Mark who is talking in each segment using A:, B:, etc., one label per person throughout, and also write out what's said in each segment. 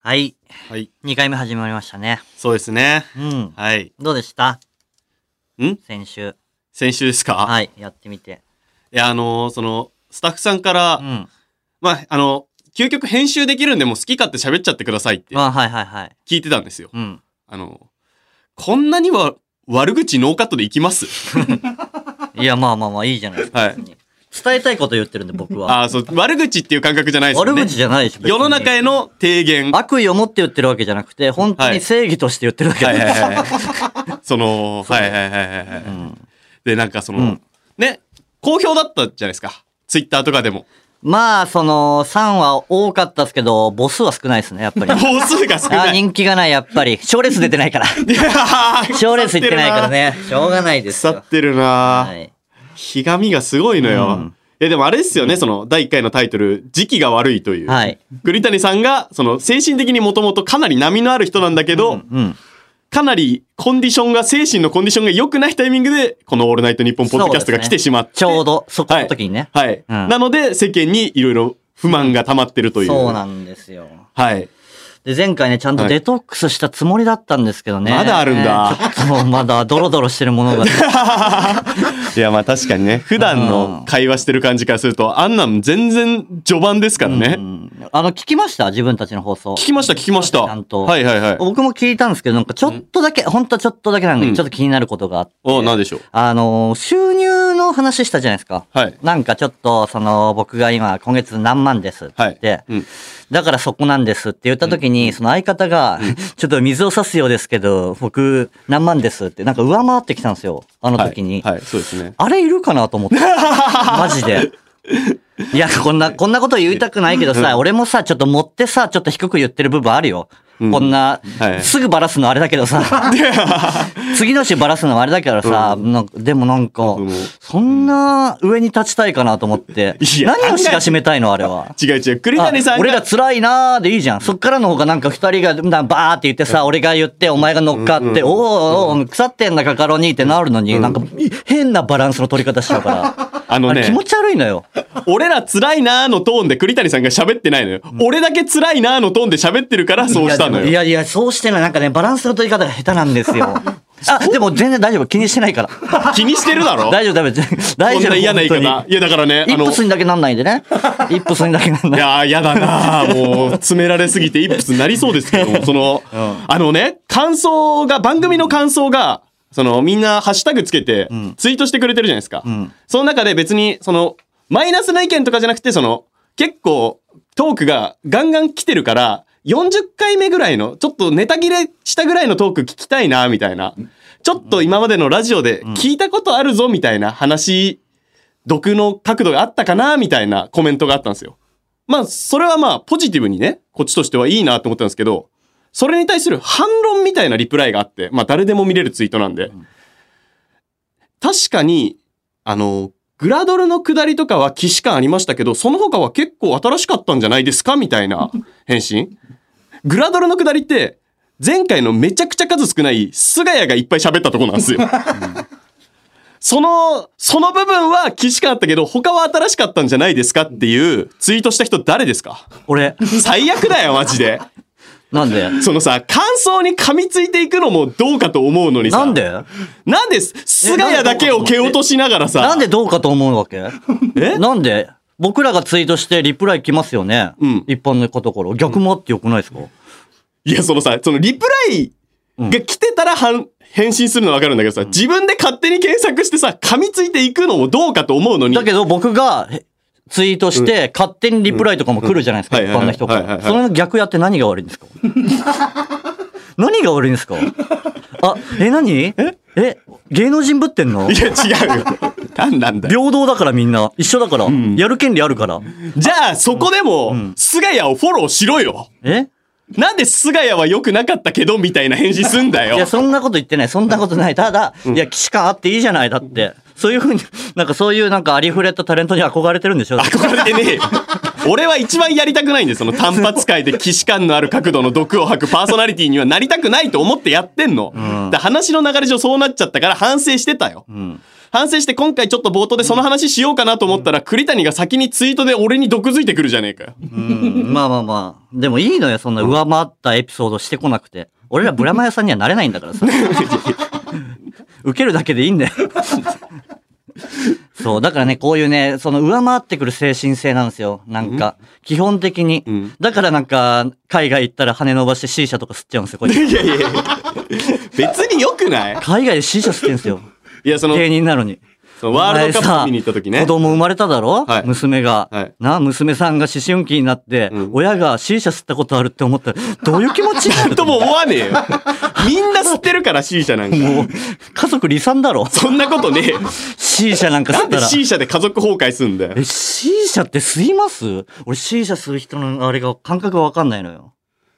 A: はい。
B: はい。
A: 2回目始まりましたね。
B: そうですね。
A: うん。
B: はい。
A: どうでした
B: ん
A: 先週。
B: 先週ですか、い、
A: はい。やってみて。
B: や、あのーその、スタッフさんから、
A: うん。
B: まあ、あの、究極編集できるんで、もう好き勝手喋っちゃってくださいって
A: あはいはいはい。
B: 聞いてたんですよ。
A: うん。
B: あの、こんなには悪口ノーカットでいきます
A: いや、まあまあまあ、いいじゃないですか。
B: はい
A: 別に伝えたいこと言ってるんで、僕は。
B: ああ、そう、悪口っていう感覚じゃないです
A: 悪
B: よね。
A: 口じゃないでしょ。別に
B: 世の中への提言。は
A: 悪意を持って言ってるわけじゃなくて、本当に正義として言ってるわけだ
B: いはい
A: から
B: はい。その、
A: そう
B: はいはいはいはいはい。
A: うん
B: で、なんかその、
A: うん
B: ね、好評だったじゃないですか。ツイッターとかでも。
A: まあ、その、3は多かったですけど、母数は少ないですね、やっぱり。 あ
B: 本数が少
A: ー
B: ない。
A: 人気がない、やっぱり。賞レース出てない から。
B: いや ー
A: 賞レース行ってないから。ね。しょうがないです
B: 腐
A: よ
B: っ。てるなー
A: はい。
B: ひがみがすごいのよ。
A: うん
B: えでもあれですよね、その第1回のタイトル「時期が悪い」という、
A: はい
B: 栗谷さんがその精神的にもともとかなり波のある人なんだけど、
A: うん。
B: かなりコンディションが精神のコンディションが良くないタイミングでこの「オールナイトニッポン」ポッドキャストが来てしまって、
A: ちょうど、そこの時にね。
B: はい、
A: うん
B: なので世間にいろいろ不満が溜まってるという
A: そうなんですよ。
B: はい
A: で、前回ね、ちゃんと
B: はい
A: デトックスしたつもりだったんですけどね。
B: まだあるんだ
A: ちょっとまだドロドロしてるも のが。
B: いやまあ確かにね普段の会話してる感じからするとあんなん全然序盤ですからね、
A: うんあの、聞きました自分たちの放送。
B: 聞きました聞きました
A: ちゃんと
B: はいはいはい
A: 僕も聞いたんですけど、なんかちょっとだけ、ほんとはちょっとだけなんだけ
B: う
A: ど、
B: ん
A: ちょっと気になることがあって。
B: お何でしょう
A: あの、収入の話したじゃないですか。
B: はい
A: なんかちょっと、その、僕が今、今月何万ですって言って、
B: うん
A: だからそこなんですって言った時に、その相方が、 ちょっと水を差すようですけど、僕、何万ですって、なんか上回ってきたんですよ。あの時に。
B: はい、はいそうですね。
A: あれいるかなと思 って。マジで。いや、こんな、こんなこと言いたくないけどさ、俺もさ、ちょっと持ってさ、ちょっと低く言ってる部分あるよ。
B: うん
A: こんな、
B: はい
A: すぐバラすのあれだけど さ、次の週バラすのはあれだけどさ、なんかでもなんか
B: 僕も、
A: そんな上に立ちたいかなと思って
B: い、や
A: 何をしかしめたいのあれは。
B: 違う違う、栗谷さ
A: あ
B: ん
A: 俺ら
B: が、
A: 辛いなーでいいじゃん。そっからの方がなんか二人がなんかバーって言ってさ、俺が言って、お前が乗っかって、おーおー腐ってんだカカロニってなるのに、なんかい変なバランスの取り方しちゃうから。
B: あの
A: あれ
B: ね
A: 気、持ち悪いのよ。
B: 俺ら辛いなーのトーンで栗谷さんが喋ってないのよ。俺だけ辛いなーのトーンで喋ってるからそうしたの
A: い
B: よ。
A: やいや、そうしてない。なんかね、バランスの取り方が下手なんです よ。あ、でも全然大丈夫。気にしてないから。
B: 気にしてるだろ
A: 大丈夫、大丈夫。大
B: こん
A: 丈夫。
B: な嫌な言い
A: 本
B: 方。いや、だからね、
A: 当に。イップスにだけなんないんでね。イップスにだけなん
B: い
A: ない。
B: やー、嫌だなーもう、詰められすぎてイップスになりそうですけども、その、あのね、感想が、番組の感想が、その、みんなハッシュタグつけて、ツイートしてくれてるじゃないですか。
A: ん
B: その中で別に、その、マイナスな意見とかじゃなくて、その、結構、トークがガンガン来てるから、40回目ぐらいの、ちょっとネタ切れしたぐらいのトーク聞きたいな、みたいな。ちょっと今までのラジオで聞いたことあるぞ、みたいな話毒の角度があったかなみたいなコメントがあったんですよ。まあ、それはまあ、ポジティブにね、こっちとしてはいいなと思ったんですけど、それに対する反論みたいなリプライがあって、まあ、誰でも見れるツイートなんで。確かに、あの、グラドルの下りとかは既視感ありましたけど、その他は結構新しかったんじゃないですかみた いな返信。グラドルの下りって、前回のめちゃくちゃ数少ない菅谷がいっぱい喋ったとこなんで すよ。その、その部分は既視感あったけど、他は新しかったんじゃないですかっていうツイートした人誰ですか
A: 俺、
B: 最悪だよ、マジで。
A: なんで
B: そのさ、感想に噛みついていくのもどうかと思うのにさ。
A: なんで
B: なんです菅谷だけを蹴落としながらさ。
A: なんでどうかと思うわけ
B: え
A: なんで僕らがツイートしてリプライ来ますよね。
B: うん
A: 一般のことから。逆もあってよくないですか、
B: いや、そのさ、そのリプライが来てたらはん返信するのわかるんだけどさ、自分で勝手に検索してさ、噛みついていくのもどうかと思うのに。
A: だけど僕がへツイートして勝手にリプライとかも来るじゃないですか、
B: うん
A: 一般の人か
B: はいはいは
A: ら。
B: いはい
A: その逆やって何が悪いんですか 何が悪いんですかあ、え、何え芸能人ぶってんの
B: いや、違 うよ。なんなんだよ。
A: 平等だからみんな。一緒だから。やる権利あるから。
B: じゃあ、そこでも、菅谷をフォローしろよ。
A: え
B: なんで菅谷は良くなかったけどみたいな返事すんだ
A: いや、
B: よ。
A: そんなこと言ってない。そんなことない。ただ、いや、騎士感あっていいじゃない。だって。そういうふうに、なんかそういうなんかありふれたタレントに憧れてるんでしょ
B: 憧れてねえよ。俺は一番やりたくないんで、その単発会で既視感のある角度の毒を吐くパーソナリティにはなりたくないと思ってやってんの。だから話の流れ上そうなっちゃったから反省してたよ。
A: うん。
B: 反省して今回ちょっと冒頭でその話しようかなと思ったら、栗谷が先にツイートで俺に毒づいてくるじゃねえかよ。
A: うんまあまあまあ。でもいいのよ、そんな上回ったエピソードしてこなくて。俺らブラマヨさんにはなれないんだ からさ。受けるだけでいいんだよ。そう、だからね、こういうね、その上回ってくる精神性なんですよ。なんか、基本的に。
B: ん
A: だからなんか、海外行ったら羽伸ばして C 社とか吸っちゃうんです よ、こいつ
B: いやいやいや別に良くない
A: 海外で C 社吸ってんすよ。
B: いや、その、
A: 芸人なのに。
B: そのワールドカップ見に行った時
A: お前
B: ね
A: さ子。供生まれただろ、
B: はい
A: 娘が、
B: はい
A: な、娘さんが思春期になって、
B: うん
A: 親が C 社吸ったことあるって思ったら、どういう気持ちになる
B: と も思わねえよ。みんな吸ってるから C 社なんか。
A: もう、家族離散だろ
B: そんなことねえよ。
A: ?C 社なんか吸
B: な
A: っ
B: ん
A: た
B: で
A: ら。
B: C 社で家族崩壊すんだよ
A: え、。C 社って吸います俺 C 社する人のあれが、感覚がわかんないのよ。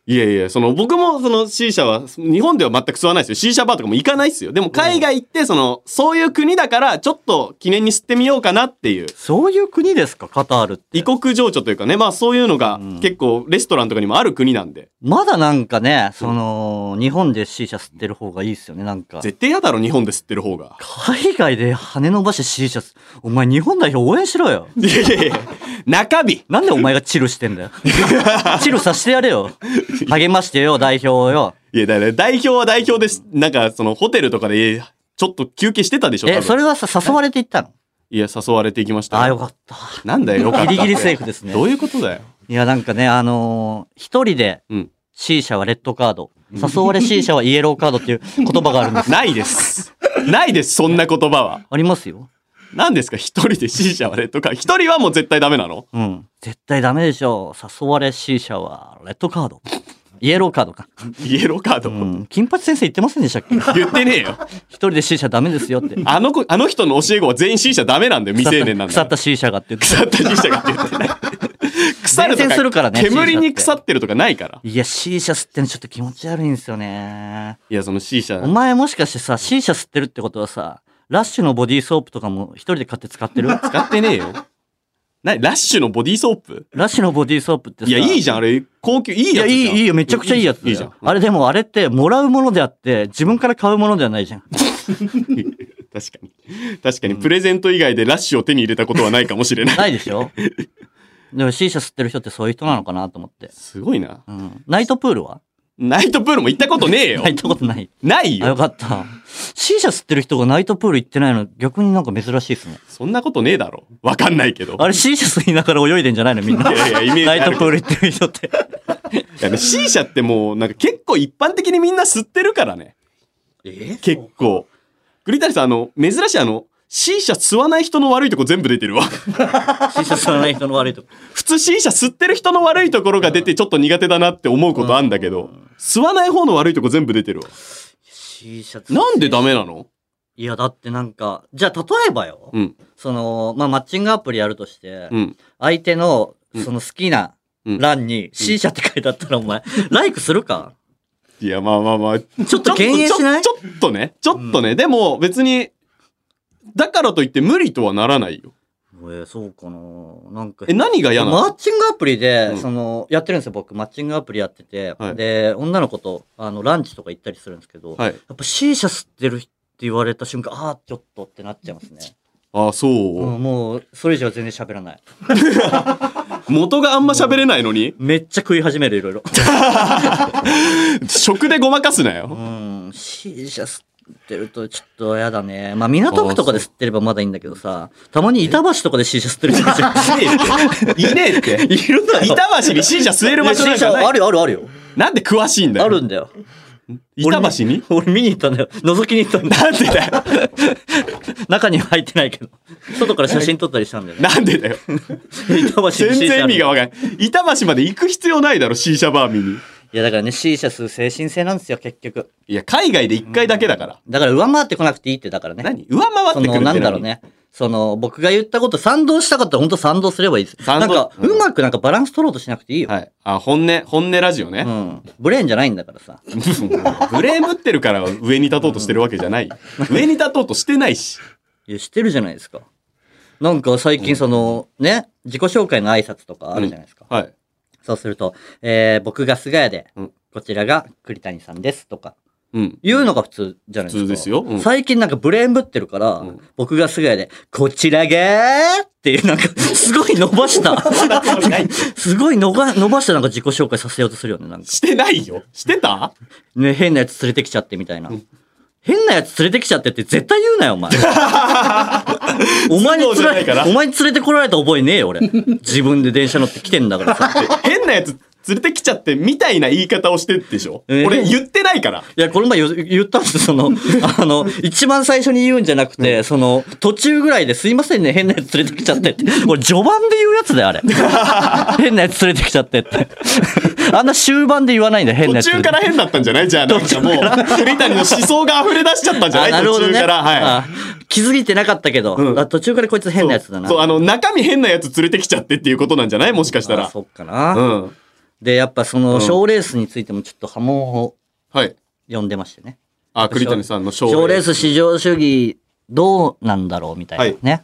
B: いやいや、その僕もその C 社は、日本では全く吸わないですよ。C 社バーとかも行かないですよ。でも海外行って、その、そういう国だから、ちょっと記念に吸ってみようかなっていう。
A: そういう国ですかカタールって。
B: 異国情緒というかね、まあそういうのが
A: うん
B: 結構レストランとかにもある国なんで。
A: まだなんかね、その、日本で C 社吸ってる方がいいですよね、なんか。
B: 絶対嫌だろ、日本で吸ってる 方が。
A: 海外で羽伸ばして C 社吸、お前日本代表応援しろよ。
B: いやいやいや、中日
A: なんでお前がチルしてんだ よ。チルさせてやれよ。励ましてよ、代表をよ。
B: いや、だから代表は代表です。なんか、そのホテルとかで、ちょっと休憩してたでしょ多
A: え、
B: 分
A: それはさ、誘われていったの
B: いや、誘われていきましたよ。
A: ああ、よかった。
B: なんだよ、よかったって。
A: ギリギリセーフですね
B: どういうことだよ。
A: いや、なんかね、あのー一人で
B: うん。
A: C 社はレッドカード、誘われ C 社はイエローカードっていう言葉があるん です。
B: ないです。ないです、そんな言葉は。
A: ありますよ。
B: 何ですか一人で C 社はレッドカード。一人はもう絶対ダメなの
A: うん。絶対ダメでしょう。誘われ C 社はレッドカード。イエローカードか。
B: イエローカード。
A: うん。金八先生言ってませんでしたっけ一
B: 言ってねえよ。
A: 人で C 社ダメですよって。
B: あの子、あの人の教え子は全員 C 社ダメなんだよ。未成年なんだ
A: 腐
B: よ
A: った C 社がって言って。
B: 腐った C 社がって言ってない。腐ると
A: 伝染するからね
B: 煙
A: C 社っ
B: に
A: て
B: 腐ってるとかないから。
A: いや、C 社吸ってんのちょっと気持ち悪いんですよね。
B: いや、その C 社
A: お。前もしかしてさ、C 社吸ってるってことはさ、ラッシュのボディーソープとかも一人で買って使ってる ラ
B: 使ってねえよ。なラッシュのボディーソープ
A: ッシュのボディーソープってさ。
B: いや、いいじゃん、あれ。高級、いい
A: いや、
B: やつ
A: い
B: じゃん。
A: い、いいよ、めちゃくちゃいいやつだよ
B: いいじゃん。
A: あれでも、あれって、もらうものであって、自分から買うものではない じゃん。
B: 確かに。確かに、プレゼント以外でラッシュを手に入れたことはないかもし れない。
A: ないでしょでも C 社吸ってる人ってそういう人なのかなと思って。
B: すごいな。
A: うん。ナイトプールは
B: ナイトプールも行ったことねえよ
A: 入。ったことない。
B: ない
A: あ、よ
B: よ。
A: かった。C 社吸ってる人がナイトプール行ってないの、逆になんか珍しいですね。
B: そんなことねえだろ。わかんないけど。
A: あれ C 社吸いながら泳いでんじゃないのみんな。
B: いやいやイメージあ
A: ナ
B: る
A: イトプール行ってる人って。
B: いやね C 社ってもう、なんか結構一般的にみんな吸ってるからね。
C: え
B: 結構。栗谷さん、あの、珍しいあの、C 社吸わない人の悪いとこ全部出てるわ。
A: C 社吸わない人の悪いとこ。
B: 普通 C 社吸ってる人の悪いところが出てちょっと苦手だなって思うことあんだけど、吸わない方の悪いとこ全部出てるわ。
A: C 社吸
B: なんでダメなの
A: いや、だってなんか、じゃあ例えばよ、
B: うん、
A: その、まあ、マッチングアプリやるとして、
B: うん。
A: 相手の
B: うん
A: その好きな
B: うん
A: 欄に C 社って書いてあったらお前、ライクするか
B: いや、まあまあまあ。ちょ
A: ちょっと減塩しない
B: ちょちょっとね、ちょっとね、でも別に、だからといって無理とはならないよ。
A: えーそうかななんか
B: え、。何が嫌なの
A: マッチングアプリで、
B: うん
A: その、やってるんですよ、僕。マッチングアプリやってて、
B: はい
A: で、女の子と、あの、ランチとか行ったりするんですけど、
B: はい。
A: やっぱ C 社吸ってるって言われた瞬間、ああ、ちょっとってなっちゃいますね。
B: ああ、そう。
A: うんもう、それ以上は全然喋らない。
B: 元があんま喋れないのに、
A: めっちゃ食い始める、いろいろ。
B: 食でごまかすなよ。
A: うん、C 社吸ってるとちょっとやだね。まあ、港区とかで吸ってればまだいいんだけどさ、たまに板橋とかで C 社吸ってる人いるじゃん
B: いねえって。
A: いるだよ。
B: 板橋に C 社吸える場所なん
A: C
B: か
A: 社
B: な
A: あ
B: い。
A: るよ、あるあるよ。
B: なんで詳しいんだよ。
A: あるんだよ。
B: 板橋に
A: 俺見に行 ったんだよ。覗きに行ったんだよ。
B: なんでだよ。
A: 中には入ってないけど。外から写真撮ったりしたんだよね。
B: なんでだよ。
A: 板橋に C
B: 全
A: 社
B: 然
A: あ
B: 意
A: る
B: 味がわかんない。板橋まで行く必要ないだろ、C 社バーミに。
A: いや、だからね、C 社吸う精神性なんですよ、結局。
B: いや、海外で一回だけだから。
A: だから上回ってこなくていいって、だからね。
B: 何上回って
A: そ
B: くるって
A: の、
B: 何
A: なんだろう。ね。その、僕が言ったこと賛同したかったら本当賛同すればいいです。
B: 賛
A: な
B: 同
A: んか、
B: うん
A: うまくなんかバランス取ろうとしなくていいよ。
B: はい。あ、本音、本音ラジオね。
A: うん。ブレーンじゃないんだからさ。
B: ブレームってるから上に立とうとしてるわけじゃない。上に立とうとしてないし。
A: いや、してるじゃないですか。なんか最近その、ね、自己紹介の挨拶とかあるじゃないですか。
B: はい。
A: そうすると、えー、僕が菅谷で、
B: うん
A: こちらが栗谷さんですとか、
B: うん。
A: 言うのが普通じゃないですか。
B: 普通ですようん
A: 最近なんかブレーンぶってるから、
B: ん
A: 僕がすぐやで、こちらがーっていうなんか、すごい伸ばした。すごい伸ば伸ばしたなんか自己紹介させようとするよね。なんか
B: してないよ。してた
A: ね、変なやつ連れてきちゃってみたいな。変なやつ連れてきちゃってって絶対言うなよ、お 前。お前に
B: 素直じゃ
A: 連
B: ない
A: れ
B: から
A: お前に連れてこられた覚えねえよ、俺。自分で電車乗って来てんだからさ。
B: 変なやつ連れてきちゃってみたいな言い方をしてってでしょ、
A: えー
B: 俺言ってないから。
A: いや、この前言言ったんですそ の、あの、一番最初に言うんじゃなくて、その、途中ぐらいですいませんね、変なやつ連れてきちゃってって。これ序盤で言うやつだよ、あ れ。変なやつ連れてきちゃって って。あんな終盤で言わないんだよ、変な
B: 途
A: やつ。
B: 中から変だったんじゃないじゃあなんかもう、栗谷の思想が溢れ出しちゃったんじゃな
A: あ
B: い
A: なるほ
B: 途
A: ど
B: 中
A: ね。
B: から。はい。
A: あ気づいてなかったけど、
B: ん
A: あ途中からこいつ変なやつだな。
B: そう、あの、中身変なやつ連れてきちゃってっていうことなんじゃないもしかした
A: あ
B: ら。
A: そっかな。
B: うん。
A: で、やっぱその、賞レースについてもちょっと波紋を
B: はい。
A: 呼んでましてね。
B: あ、栗谷さんの
A: 賞
B: 賞
A: レース至上主義、どうなんだろうみたいなね。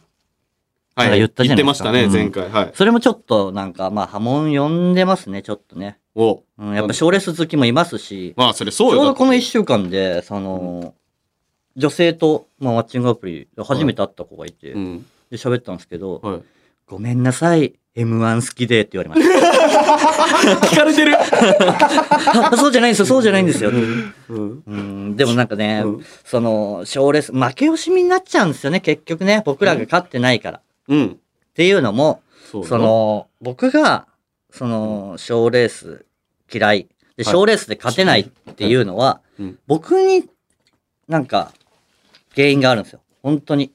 B: は
A: なんか
B: い。
A: 言ったじゃない
B: 言って
A: で
B: ますし
A: か
B: たね、
A: うん
B: 前回。はい。
A: それもちょっとなんか、まあ波紋呼んでますね、ちょっとね。
B: お
A: うん、やっぱ賞レース好きもいますし、
B: まあ、それ
A: ちょ
B: そう
A: う
B: よ。
A: どこの1週間で、その、女性と、まあ、マッチングアプリで初めて会った子がいて、
B: うん。
A: で喋ったんですけど、
B: はい。
A: ごめんなさい、M1 好きでって言われました。
B: 聞かれてる。
A: あそうじゃないんですよ、そうじゃないんですよ。
B: うん。
A: うん、でもなんかね、
B: うん
A: その、賞レース、負け惜しみになっちゃうんですよね、結局ね。僕らが勝ってないから。っ
B: うん。
A: ていうのも、
B: そうよ
A: そ、の、僕が、その、賞レース嫌い。で、
B: はい
A: 賞レースで勝てないっていうのは、
B: うん
A: 僕になんか、原因があるんですよ。本当に。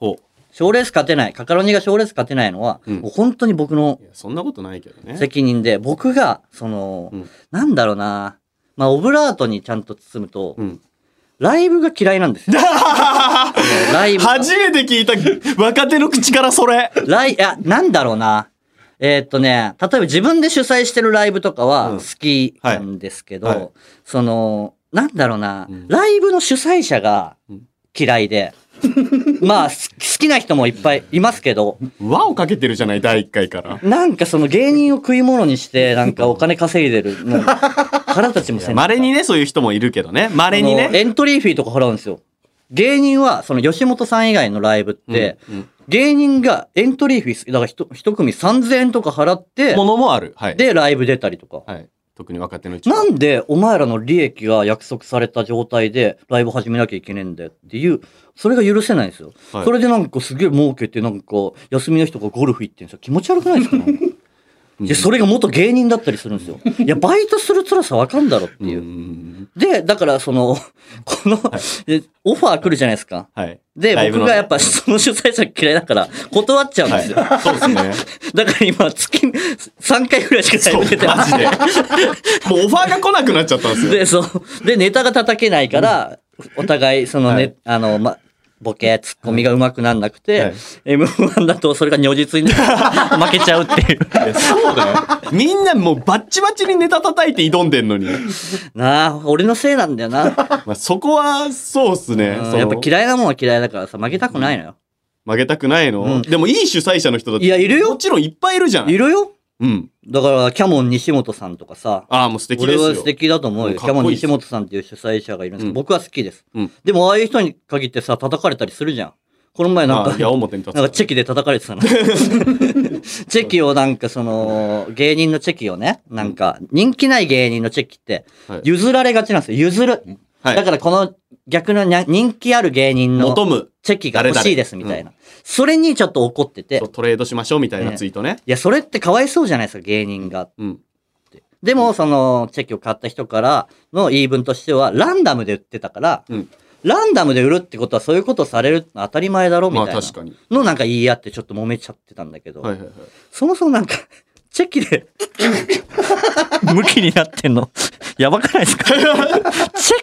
B: ほ
A: 賞レース勝てない。カカロニが賞レース勝てないのは、
B: うん
A: もう本当に僕の
B: う。いや、そんなことないけどね。
A: 責任で、僕が、その、
B: うん
A: なんだろうな。まあ、オブラートにちゃんと包むと、
B: うん。
A: ライブが嫌いなん ですよ。ライブ。
B: 初めて聞いた若手の口からそれ。
A: ライ、いや、なんだろうな。えーっとね、例えば自分で主催してるライブとかは
B: うん
A: 好きなんですけど、
B: はいはい
A: その、なんだろうな、
B: うん
A: ライブの主催者が
B: うん
A: 嫌いで、 まあ、す好きな人もいっぱいいますけど、
B: 輪をかけてるじゃない、第一回 から。
A: なんかその芸人を食い物にして、なんかお金稼いでる の、腹立ちもせんかった
B: 稀にね、そういう人もいるけどね。稀に
A: あの
B: ね。
A: エントリーフィーとか払うんですよ。芸人は、その吉本さん以外のライブって、
B: うんうん
A: 芸人がエントリーフィー、だから一一組3000円とか払って
B: も、のもある。はい。
A: で、ライブ出たりとか。
B: はい。特に若手のうちは。
A: なんでお前らの利益が約束された状態でライブ始めなきゃいけねえんだよっていう、それが許せないんですよ。
B: はい
A: それでなんかすげえ儲けて、なんか休みの日とかゴルフ行ってんですよ。気持ち悪くないです か、なんかで、それが元芸人だったりするんですよ。いや、バイトする辛さわかんだろって
B: うん
A: いう
B: う。ん
A: で、だからその、この、でオファー来るじゃないですか。
B: はい。
A: で、
B: ライブ
A: 僕
B: の
A: がやっぱその主催者嫌いだから断っちゃうん
B: は
A: で
B: い
A: すよ。。
B: そうです ね。
A: だから今月3回ぐらいしかライブ出て
B: マ
A: な
B: ジで。もうオファーが来なくなっちゃったんです
A: い。
B: よ。
A: で、そう。で、ネタが叩けないから、お互いそのね、
B: はい
A: あの、ま、ボケ、ツッコミがうまくなんなくて、
B: はい
A: M1 だとそれが如実に 負けちゃうっていう。
B: いやそうだよ。みんなもうバッチバチにネタ叩いて挑んで んのに。
A: なあ、俺のせいなんだよな。
B: まあ、そこは、そうっすね。
A: うん
B: その
A: やっぱ嫌いなもんは嫌いだからさ、負けたくないのよ。
B: 曲げたくないの、
A: うん
B: でもいい主催者の人だって。
A: いやいるよ
B: もちろんいっぱいいるじゃん。
A: いるよ
B: うん。
A: だから、キャモン西本さんとかさ、
B: ああ、もう素敵
A: 俺
B: ですよ。
A: は素敵だと思う
B: う
A: よ。
B: ん
A: キ
B: かっ
A: ャ
B: こ
A: モ
B: いい
A: ン
B: です
A: 西本さんっていう主催者がいるんですけど、
B: うん
A: 僕は好きです。
B: うん
A: でも、ああいう人に限ってさ、叩かれたりするじゃん。この前なん
B: ま
A: か
B: あ、、矢面に立つ。
A: なんかチェキで叩かれ てたな。チェキをなんかその、芸人のチェキをね、なんか、人気ない芸人のチェキって
B: はい、
A: 譲られがちなんですよ。譲る。
B: はい
A: だからこの逆のにゃ人気ある芸人の
B: 求む。
A: チェキが欲しいですみたいな。それにちょっと怒ってて、
B: そうトレードしましょうみたいなツイートね。
A: いや、それってかわいそうじゃないですか、芸人が。
B: うん。
A: でも、その、チェキを買った人からの言い分としては、ランダムで売ってたから、
B: うん
A: ランダムで売るってことはそういうことされるの当たり前だろみ
B: ま
A: たい
B: あ
A: な。
B: 確かに。
A: のなんか言い合ってちょっと揉めちゃってたんだけど、
B: はいはいはい。
A: そもそもなんか、 チェキで、 向きになってんの、 やばくないですか チェ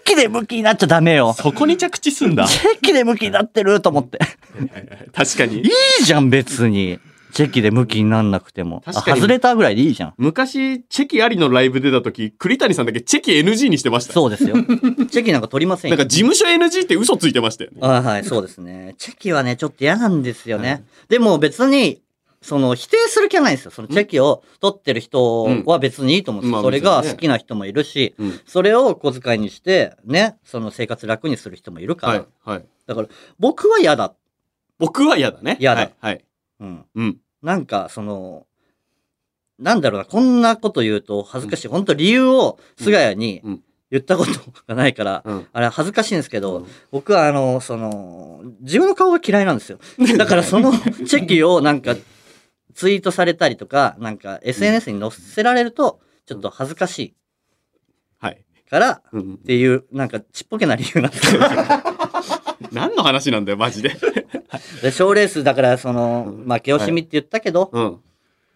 A: キで向きになっちゃダメよ。
B: そこに着地すんだ。
A: チェキで向きになってると思って。
B: 確か
A: い
B: に。
A: いじゃん、別に。チェキで向きになんなくても。あ
B: 確かに
A: 外れたぐらいでいいじゃん。
B: 昔、チェキありのライブ出た時、栗谷さんだけチェキ NG にしてましたよ。
A: そうです よ。チェキなんか取りません
B: な
A: よ
B: んか。事務所 NG って嘘ついてましたよね。
A: あはい、そうですね。チェキはね、ちょっと嫌なんですよね。でも別に、その否定する気はないんですよ。そのチェキを取ってる人は別にいいと思うんですよ
B: うんまあ
A: それが
B: 別にね
A: 好きな人もいるし、
B: うん
A: それを小遣いにして、ね、その生活楽にする人もいるから。
B: はい。はい。
A: だから、僕は嫌だ。
B: 僕は嫌だね。
A: 嫌だ
B: はい。はい。
A: うん。
B: うん。
A: なんか、その、なんだろうな、こんなこと言うと恥ずかしい。本当理由を菅谷に
B: うんうん
A: 言ったことがないから、
B: うん。
A: あれ恥ずかしいんですけど、
B: うん
A: 僕はあの、その、自分の顔が嫌いなん ですよ。だからそのチェキをなんか、ツイートされたりとか、なんか SNS に載せられると、ちょっと恥ずかし
B: はい。
A: いから、っ
B: うん。
A: ていう、なんかちっぽけな理由なんですよ。
B: 何の話なんだよ、マジ で。
A: で賞レース、だからその、
B: うん
A: 負け惜しみって言ったけど、
B: うん。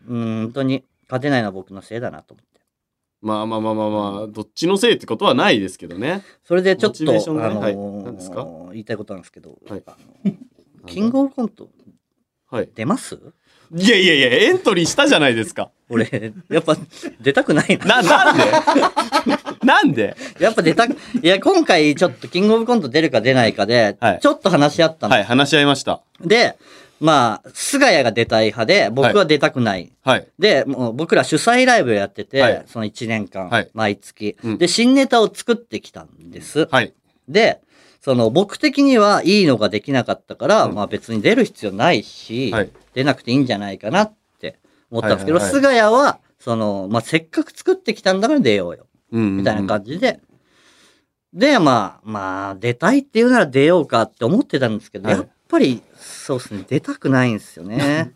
A: うん、本当に勝てないのは僕のせいだなと思って。
B: まあまあまあまあまあ、どっちのせいってことはないですけどね。
A: それでちょっ
B: モチ
A: と、
B: ベーションがね
A: あの
B: はい何ですか
A: 言いたいことなんですけど、
B: はい
A: あのキングオブコント
B: はい。
A: 出 ます
B: いやいやいや、エントリーしたじゃないですか。
A: 俺、やっぱ出たくないな。
B: な、なんで なんで
A: やっぱ出たく、いや、今回ちょっとキングオブコント出るか出ないかで
B: はい、
A: ちょっと話し合ったの。
B: はい、話し合いました。
A: で、まあ、菅谷が出たい派で、僕は出たくない。
B: はい。
A: で、もう僕ら主催ライブやってて、
B: はい
A: その1年間、
B: はい
A: 毎月、
B: うん
A: で、新ネタを作ってきたんです。
B: はい。
A: で、その僕的にはいいのができなかったから、
B: うん
A: まあ別に出る必要ないし、
B: はい
A: 出なくていいんじゃないかなって思ったんですけど、
B: はいはいはい
A: 菅谷は、その、まあせっかく作ってきたんだから出ようよ、
B: み
A: みたいな感じで、で、まあ、まあ出たいって言うなら出ようかって思ってたんですけど、
B: はい
A: やっぱり、そうですね、出たくないんですよ ね。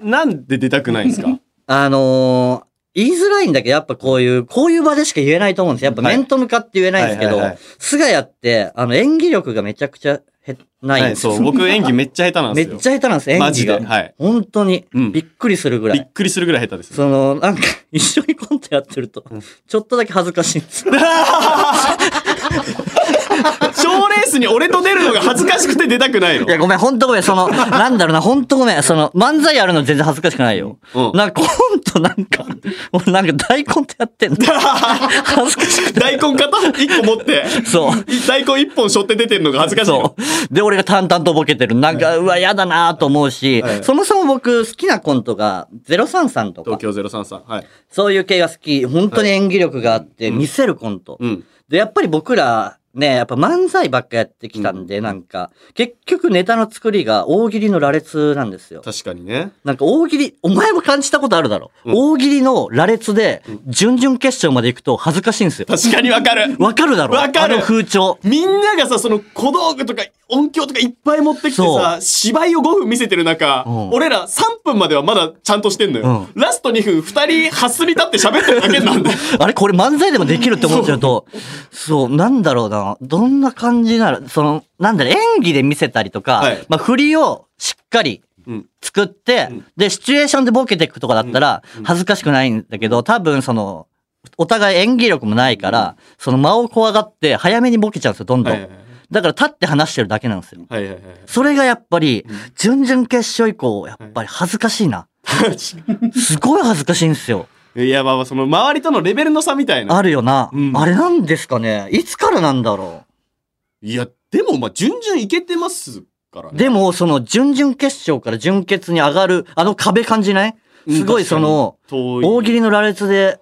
B: なんで出たくないんですか
A: あのー言いづらいんだけど、やっぱこういう、こういう場でしか言えないと思うんですよ。やっぱ
B: はい
A: 面と向かって言えないんですけど
B: はいはいはい、
A: 菅谷って、あの、演技力がめちゃくちゃへないん
B: は
A: で
B: い、
A: すよ
B: そう。僕演技めっちゃ下手なん
A: め
B: で
A: っ
B: すよ。
A: ちゃ下手なんです、演
B: マ
A: 技
B: ジで。
A: が。
B: はい。
A: 本当に
B: うん、
A: びっくりするぐら
B: びっ
A: い。
B: くりするぐらい下手です。
A: その、なんか、 一緒にコントやってると、ちょっとだけ恥ずかしいんですよ。
B: 賞レースに俺と出るのが恥ずかしくて出たくない の
A: い。や、ごめん、ほんとごめん、 その、なんだろうな、ほんとごめん、その、漫才やるの全然恥ずかしくないよ。
B: うん
A: なんか、コントなんか、俺なんか大コントや ってんの。恥ずかしくて。
B: 大根片一個持って、
A: そう。
B: 大根一本背負って出てるのが恥ずかしいの。
A: そう。で、俺が淡々とボケてる。なんか、うわ、嫌だなと思うし、
B: はい
A: そもそも僕好きなコントが、033とか
B: 東、京033。はい。
A: そういう系が好き。本当に演技力があって、見せるコント。
B: うん。
A: で、やっぱり僕ら、ね、やっぱ漫才ばっかやってきたんで、なんか、結局ネタの作りが大喜利の羅列なんですよ。
B: 確かにね。
A: なんか大喜利、お前も感じたことあるだろ。
B: うん
A: 大喜利の羅列で、準々決勝まで行くと恥ずかしいんですよ。
B: 確かにわかる。
A: わかるだろ
B: わかる
A: あの風潮。
B: みんながさ、その小道具とか音響とかいっぱい持ってきて
A: そ
B: さ、芝居を5分見せてる中、
A: うん
B: 俺ら3分まではまだちゃんとしてんのよ。ラスト2分2人はすり立って喋ってるだけな んだよ。
A: あれこれ漫才でもできるって思っちゃうと、そう、なんだろうな。どんな感じなら、その、なんだろう、演技で見せたりとか、
B: はい
A: まあ振りをしっかり
B: うん
A: 作って、で、シチュエーションでボケていくとかだったら、恥ずかしくないんだけど、多分その、お互い演技力もないから、その間を怖がって早めにボケちゃうんですよ、どんどん。
B: はいはいはい
A: だから立って話してるだけなんですよ。
B: はいはいはい。
A: それがやっぱり、準々決勝以降、やっぱり恥ずかしいな。すごい恥ずかしいんですよ。
B: いや、まあまあ、その周りとのレベルの差みたいな。
A: あるよな。
B: うん
A: あれなんですかね。いつからなんだろ
B: いや、でも、まあ、順々いけてますから
A: う。
B: ね。
A: でも、その、準々決勝から準決に上がる、あの壁感じないすごい、その、
B: 遠い、
A: 大喜利の羅列で、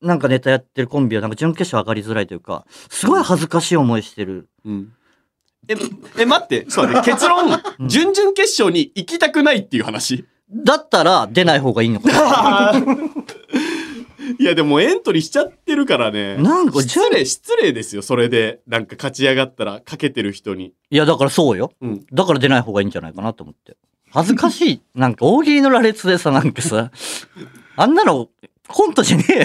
A: なんかネタやってるコンビは、なんか準決勝上がりづらいというか、すごい恥ずかしい思いしてる。
B: うんえ、え、待って、そうね、結論、準々決勝に行きたくないっていう話。
A: だったら、出ない方がいいの か
B: いや、でもエントリーしちゃってるからね。
A: な。なんか、
B: 失
A: 準
B: 礼、失礼ですよ、それで。なんか勝ち上がったら、かけてる人に。
A: いや、だからそうよ。
B: うん。
A: だから出ない方がいいんじゃないかなと思って。恥ずかしい。なんか、大喜利の羅列でさ、なんか さ、あんなの、コントじゃねえよ。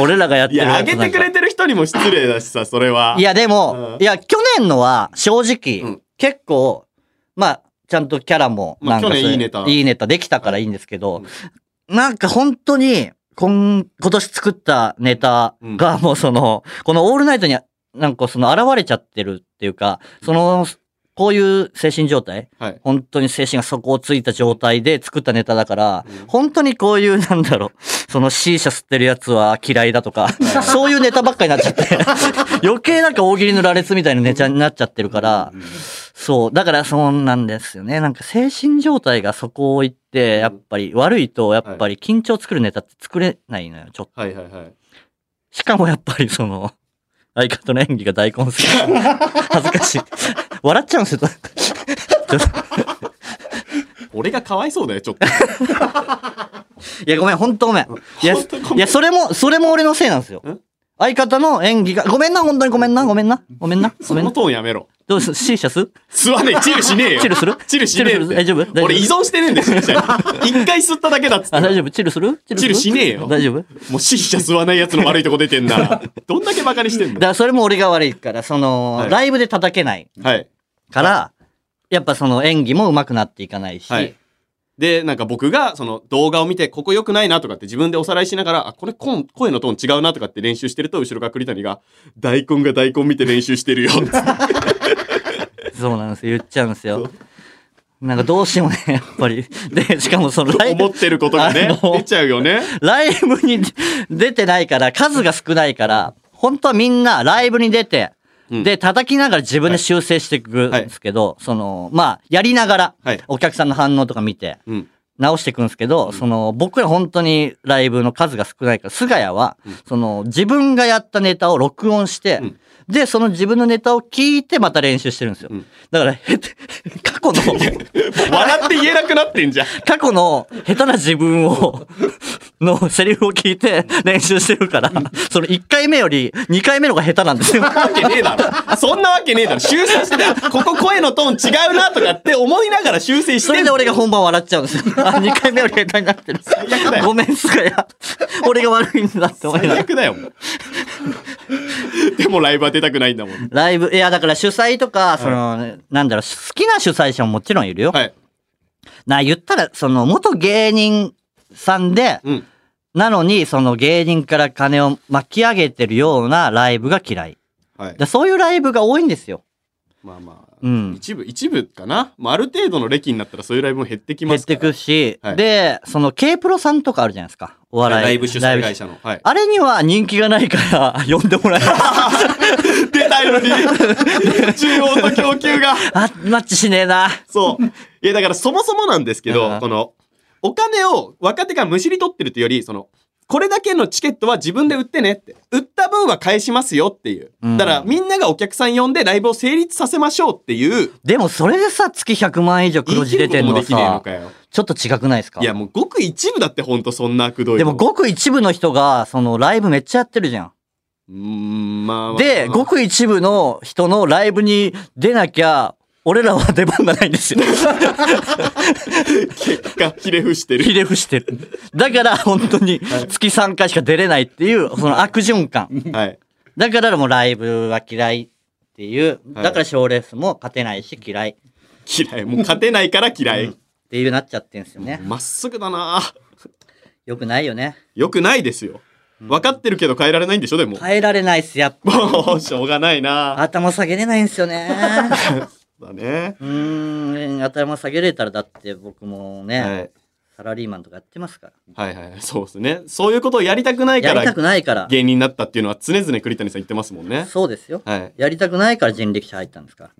A: 俺らがやって
B: い
A: る
B: や、あ
A: やつ
B: げ
A: な
B: て
A: んか
B: くれてる人にも失礼だしさ、それは。
A: いや、でも、
B: うん
A: いや、去年のは、正直、
B: うん
A: 結構、まあ、ちゃんとキャラも、
B: まあ
A: なんか
B: 去年
A: そうう
B: いいネタ
A: いいネタできたからいいんですけど、
B: うん
A: なんか本当に、今、今年作ったネタが、もうその、このオールナイトに、なんかその、現れちゃってるっていうか、その、こういう精神状態
B: はい。
A: 本当に精神が底をついた状態で作ったネタだから、
B: うん
A: 本当にこういう、なんだろう、その C 社吸ってるやつは嫌いだとか、そういうネタばっかになっちゃって、 余計なんか大喜利の羅列みたいなネタになっちゃってるから、そう、だからそうなんですよね。なんか精神状態がそこを行って、やっぱり悪いと、やっぱり緊張作るネタって作れないのよ、ちょっと。
B: はいはいはい。
A: しかもやっぱりその、相方の演技が大根好き。恥ずかしい。笑っちゃうんですよ。
B: 俺がかわいそうだよ、ちょっ と。
A: いや、ごめん、ほんとごめん。いや、
B: ほんとごめん
A: いや、それも、それも俺のせいなんですよ
B: ん。
A: 相方の演技が、ごめんな、本当にごめんな、ごめんな、ごめんな、ご
B: そ
A: めん
B: の
A: な。
B: トーンやめろ。
A: どうする ?C シャス
B: 吸わねえ、チルしねえ よ。
A: チルする
B: チルしねえ
A: チ
B: って。
A: ルする大丈夫大丈夫
B: 俺依存してねえんだよ、シーシャ に一回吸っただけだっつって。
A: あ、大
B: も
A: 丈夫チルするチする
B: チルしねえよ
A: 大丈夫だか
B: うシーシャ吸わないやつの悪いとこ出てんな。どんだけバカにしてんだよ。
A: らそれも俺が悪いから、その
B: は、い
A: ライブで叩けない
B: はい。
A: から、やっぱその演技も上手くなっていかないし、
B: はい。で、なんか僕が、その動画を見て、ここ良くないなとかって自分でおさらいしながら、あ、これコン声のトーン違うなとかって練習してると、後ろから栗谷が、大根が大根見て練習して るよ。
A: そうなんですよ、言っちゃうんですよ。なんかどうしてもね、やっぱり。で、しかもそのライブ
B: 思ってることがね
A: あ、の
B: 出ちゃうよね。
A: ライブに出てないから、数が少ないから、本当はみんなライブに出て、
B: うん
A: で、叩きながら自分で修正していくんですけど、その、まあ、やりながら
B: はい、
A: お客さんの反応とか見て、
B: うん。
A: 直していくんですけど、その、僕ら本当にライブの数が少ないから、菅谷は、その、自分がやったネタを録音して、
B: うん
A: で、その自分のネタを聞いてまた練習してるんですよ。
B: うん
A: だから、へて過去の、
B: 笑って言えなくなってんじゃん。
A: 過去の下手な自分を、 のセリフを聞いて練習してるから、その1回目より2回目の方が下手なん ですよ。
B: わけねえだろ。そんなわけねえだろ。修正してたよここ声のトーン違うなとかって思いながら修正して
A: それで俺が
B: 本
A: 本番笑っちゃうんですよ。あ、2回目より下手になってる。
B: 悪だよ
A: ごめん、すがや。俺が悪いんだって思いながら。
B: 逆だ よ、もう。でもライブは出たくないんだもん。
A: ライブ、いや、だから主催とか、その、なんだろう、好きな主催者ももちろんいるよ。
B: はい。
A: な、言ったら、その、元芸人さんで、
B: うん。
A: なのに、その芸人から金を巻き上げてるようなライブが嫌い。
B: はい。
A: でそういうライブが多いんですよ。
B: まあまあ、
A: うん
B: 一部、一部かな。まあ、ある程度の歴になったらそういうライブも減ってきま
A: 減っ
B: す
A: て
B: から。
A: くし、
B: はい
A: で、その K プロさんとかあるじゃないですか。お笑い。
B: ライブ主催会
A: 社。
B: 社の。はい。
A: あれには人気がないから、 呼んでもらえない。
B: 出たより中央と供給 が。
A: あ、マッチしねえな。
B: そう。いや、だからそもそもなんですけ
A: うん
B: ど、この、お金を若手がむしり取ってるというより、その、これだけのチケットは自分で売ってねって。売った分は返しますよっていう。
A: うん
B: だから、みんながお客さん呼んでライブを成立させましょうっていう、
A: でもそれでさ、月100万以上黒字出てんの
B: 言い切ることもできね
A: さ
B: えの、かよ。
A: ちょっと違くないですか
B: いや、もうごく一部だってほんとそんな悪どいの。
A: でもごく一部の人が、そのライブめっちゃやってるじゃん。
B: うーん、まあまあ。
A: で、ごく一部の人のライブに出なきゃ、俺らは出番がないん ですよ。
B: 結果、ひれ伏してる。
A: ひれ伏してる。だから本当に月3回しか出れないっていう、その悪循環。
B: はい。
A: だからもうライブは嫌いっていう、
B: はい
A: だから賞レースも勝てないし嫌いっ
B: 嫌い。もう勝てないから嫌い。
A: ていうなっちゃってんすよね。
B: まっすぐだな
A: よくないよね。
B: よくないですよ。分かってるけど変えられないんでしょ、でも。
A: 変えられないっす、やっぱ。
B: もう、しょうがないな
A: 頭下げれないんすよ ね。
B: だね。
A: うーん、頭下げれたらだって僕もね、
B: はい。
A: サラリーマンとかやってますから。
B: はいはい。そうですね。そういうことをやりたくないか
A: やり
B: ら
A: たくないから。
B: 芸人になったっていうのは常々栗谷さん言ってますもんね。
A: そうですよ。
B: はい。
A: やりたくないから人力車入ったんですか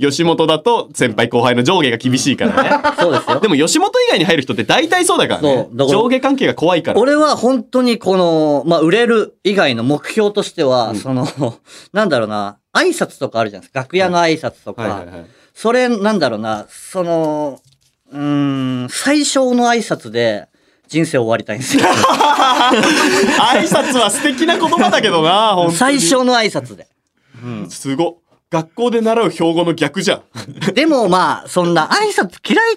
B: 吉本だと先輩後輩の上下が厳しいからね。
A: ら。そう ですよ
B: で。も吉本以外に入る人って大体そうだからね
A: そう。だから
B: 上下関係が怖いから。
A: 俺は本当にこの、まあ、売れる以外の目標としては、
B: うん
A: その、 なんだろうな、挨拶とかあるじゃないですか。楽屋の挨拶とか。
B: はいはいはい。
A: それ、なんだろうな、その、うーん、最小の挨拶で人生終わりたいん ですよ。
B: 挨拶は素敵な言葉だけどな、本当に
A: 最小の挨拶で。
B: すごっ。学校で習う標語の逆じゃん。
A: でもまあ、そんな挨拶嫌い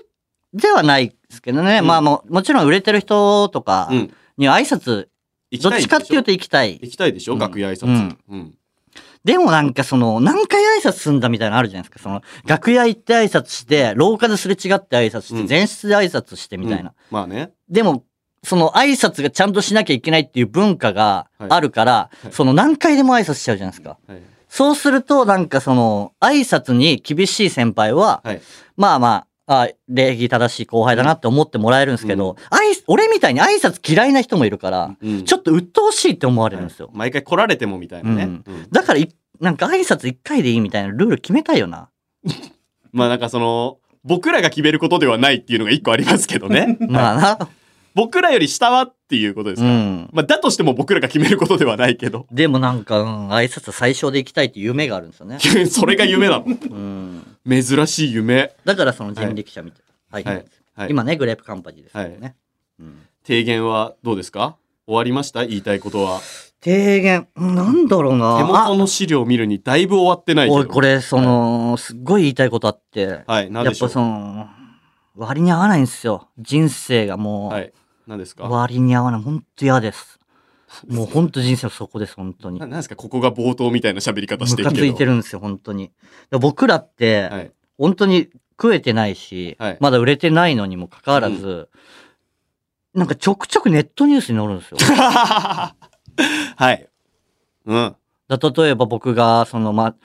A: ではないですけどね。まあもう、もちろん売れてる人とか
B: うん
A: に挨拶、
B: 行 き
A: ど
B: た
A: っ
B: いで
A: ち
B: しょ
A: かっていうと行きたい。
B: 行きたいでしょ、
A: うん
B: 楽屋挨拶。
A: うん
B: うん
A: でもなんかその、何回挨拶すんだみたいなのあるじゃないですか。その、楽屋行って挨拶して、廊下ですれ違って挨拶して、
B: うん
A: 前室で挨拶してみたいな。
B: うんまあね。
A: でも、その挨拶がちゃんとしなきゃいけないっていう文化が
B: はい
A: あるから、
B: はい
A: その何回でも挨拶しちゃうじゃないですか。
B: はい
A: そうすると、なんかその、挨拶に厳しい先輩は、
B: はい
A: まあまあ、あ礼儀正しい後輩だなって思ってもらえるんですけど、あい俺みたいに挨拶嫌いな人もいるから、
B: うん
A: ちょっと鬱陶しいって思われるんですよ。
B: 毎回来られてもみたいなね。
A: うん
B: うん
A: だからい、なんか挨拶一回でいいみたいなルール決めたいよな。
B: まあなんかその、僕らが決めることではないっていうのが一個ありますけど ね。
A: ま あな。
B: 僕らより下はっていうことです
A: う
B: か、
A: ん。
B: まあだとしても僕らが決めることではないけど。
A: でもなんか、うん、挨拶最小で行きたいっていう夢があるんです よね。
B: それが夢なの。
A: うん。
B: 珍しい夢。
A: だからその人力車みたいな。はい。
B: はい。はい、
A: 今ね、グレープカンパニーですけどね。うん
B: 提言はどうですか終わりました言いたいことは。
A: 提言、うんなんだろうな。
B: 手元
A: あ、
B: の資料を見るにだいぶ終わってないけど。
A: おい、これ、その、すっごい言いたいことあって、
B: はい、なん
A: や
B: で
A: っ
B: しょ
A: ぱ
B: う。
A: その、割に合わないんですよ。人生がもう、
B: はい、なんですか
A: 割に合わない。ほんと嫌です。もうほんと人生の底です、本当に
B: な。なんですかここが冒頭みたいな喋り方
A: ム
B: してる
A: カ
B: け
A: つ
B: ど。
A: いてるんですよ、本当に。で僕らって、
B: はい。
A: 本当に食えてないし、
B: はい
A: まだ売れてないのにもかかわらず、なんかちょくちょくネットニュースに載るんですよ。
B: はい。うん。
A: だ例えば僕が、その、ま、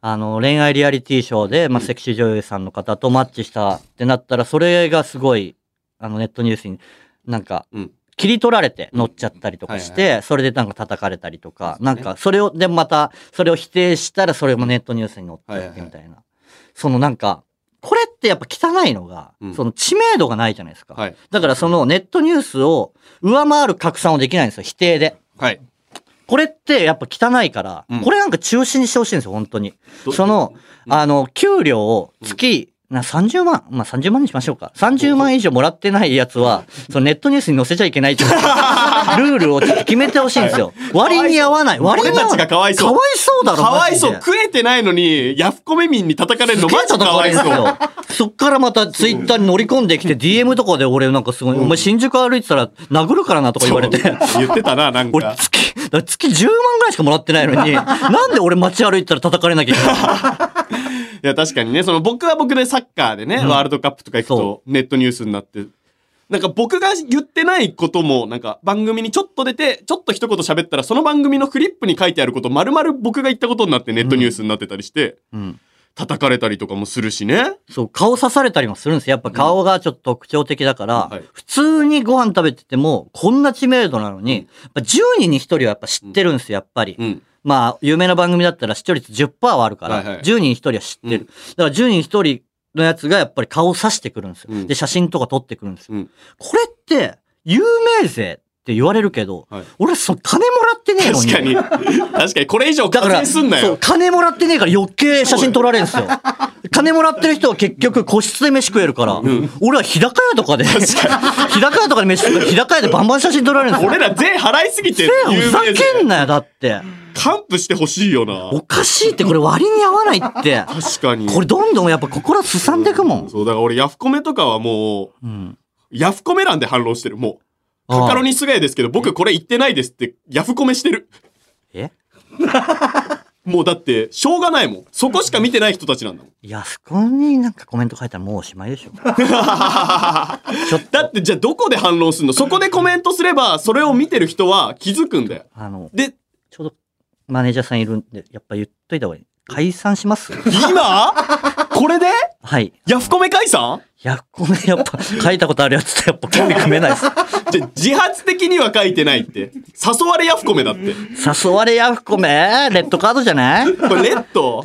A: あの、恋愛リアリティショーで、まあ、セクシー女優さんの方とマッチしたってなったら、それがすごい、あの、ネットニュースになんか
B: うん、
A: 切り取られて乗っちゃったりとかして、それでなんか叩かれたりとか、
B: そう
A: な
B: です
A: ん
B: ね
A: か、それを、で、また、それを否定したら、それもネットニュースに載ってってみたいな。そのなんか、これってやっぱ汚いのが
B: う、ん
A: その知名度がないじゃないですか。
B: はい。
A: だからそのネットニュースを上回る拡散をできないんですよ、否定で。
B: はい。
A: これってやっぱ汚いから、
B: うん
A: これなんか中止にしてほしいんですよ、本当に。
B: ど
A: その、
B: うん
A: あの、給料を月、な30万、まあ、30万にしましょうか。30万以上もらってないやつは、そのネットニュースに載せちゃいけないっていう ルールをちょっと決めてほしいんです よ。割に合わない。割に合わな
B: 俺
A: い。
B: たちがかわいそう
A: かわいそうだろ。
B: かわいそう。
A: マジで
B: 食えてないのに、ヤフコメ民に叩かれるの、
A: すげえ
B: マジかわいそう。
A: 叩かれるんですよそっからまたツイッターに乗り込んできて DM とかで俺なんかすごい、お前新宿歩いてたら殴るからなとか言われて。
B: そう言ってたな、なん
A: 俺
B: か。
A: 月、だから月10万ぐらいしかもらってないの に、なんで俺街歩いてたら叩かれなきゃいけない
B: いや、確かにね、その僕は僕でサッカーでね、
A: うん
B: ワールドカップとか行くと
A: そ
B: ネットニュースになって、なんか僕が言ってないことも、なんか番組にちょっと出て、ちょっと一言喋ったら、その番組のフリップに書いてあること、丸々僕が言ったことになってネットニュースになってたりして、
A: の、うん、
B: 叩かれたりとかもするしね。
A: そう、顔刺されたりもするんですよ。やっぱ顔がちょっと特徴的だから、
B: はい
A: 普通にご飯食べてても、こんな知名度なのに、やっぱ10人に1人はやっぱ知ってるんですよ、やっぱり。
B: うん。
A: まあ、有名な番組だったら視聴率10%はあるから、
B: はいはい
A: 10人1人は知ってる。
B: うん
A: だから10人1人のやつがやっぱり顔を刺してくるんですよ。
B: うん
A: で、写真とか撮ってくるんですよ。
B: うん
A: これって、有名税って言われるけど、
B: はい
A: 俺、そ、金もらってねえの
B: 確かに。確かに、これ以上
A: だ
B: 課
A: から、
B: 金すんな
A: そう、
B: よ。
A: 金もらってねえから余計写真撮られるんですよ。金もらってる人は結局個室で飯食えるから、
B: ん
A: 俺は日高屋とかで、日高屋とかで飯食うから、日高屋でバンバン写真撮られるんですよ。
B: 俺ら税払いすぎて、
A: えふ
B: 有
A: ざ
B: 名税。
A: けんなよ、だって。
B: 還付してほしいよな。
A: おかしいって、これ割に合わないって。
B: 確かに。
A: これどんどんやっぱ心すさんでくもん。
B: そう、だから俺ヤフコメとかはもう、
A: うん。
B: ヤフコメ欄で反論してる。もう。
A: ああ
B: カカロニすがやですけど、僕これ言ってないですって、ヤフコメしてる。
A: え
B: もうだって、しょうがないもん。そこしか見てない人た ちなんだもん。
A: 安子になんかコメント書いたらもうおしまいでしょ。ちょっ
B: だ
A: と、
B: って、じゃあどこで反論するのそこでコメントすれば、それを見てる人は気づくんだよ。
A: あの、
B: で、
A: ちょうどマネージャーさんいるんで、やっぱ言っといた方がいい。解散します
B: 今これで
A: はい。
B: ヤフコメ解散
A: やっこね、やっ ぱ、書いたことあるやつってやっぱ興味組めないです。
B: じゃあ自発的には書いてないって。誘われヤフコメだって。
A: 誘われやふこめレッドカードじゃない
B: これレッド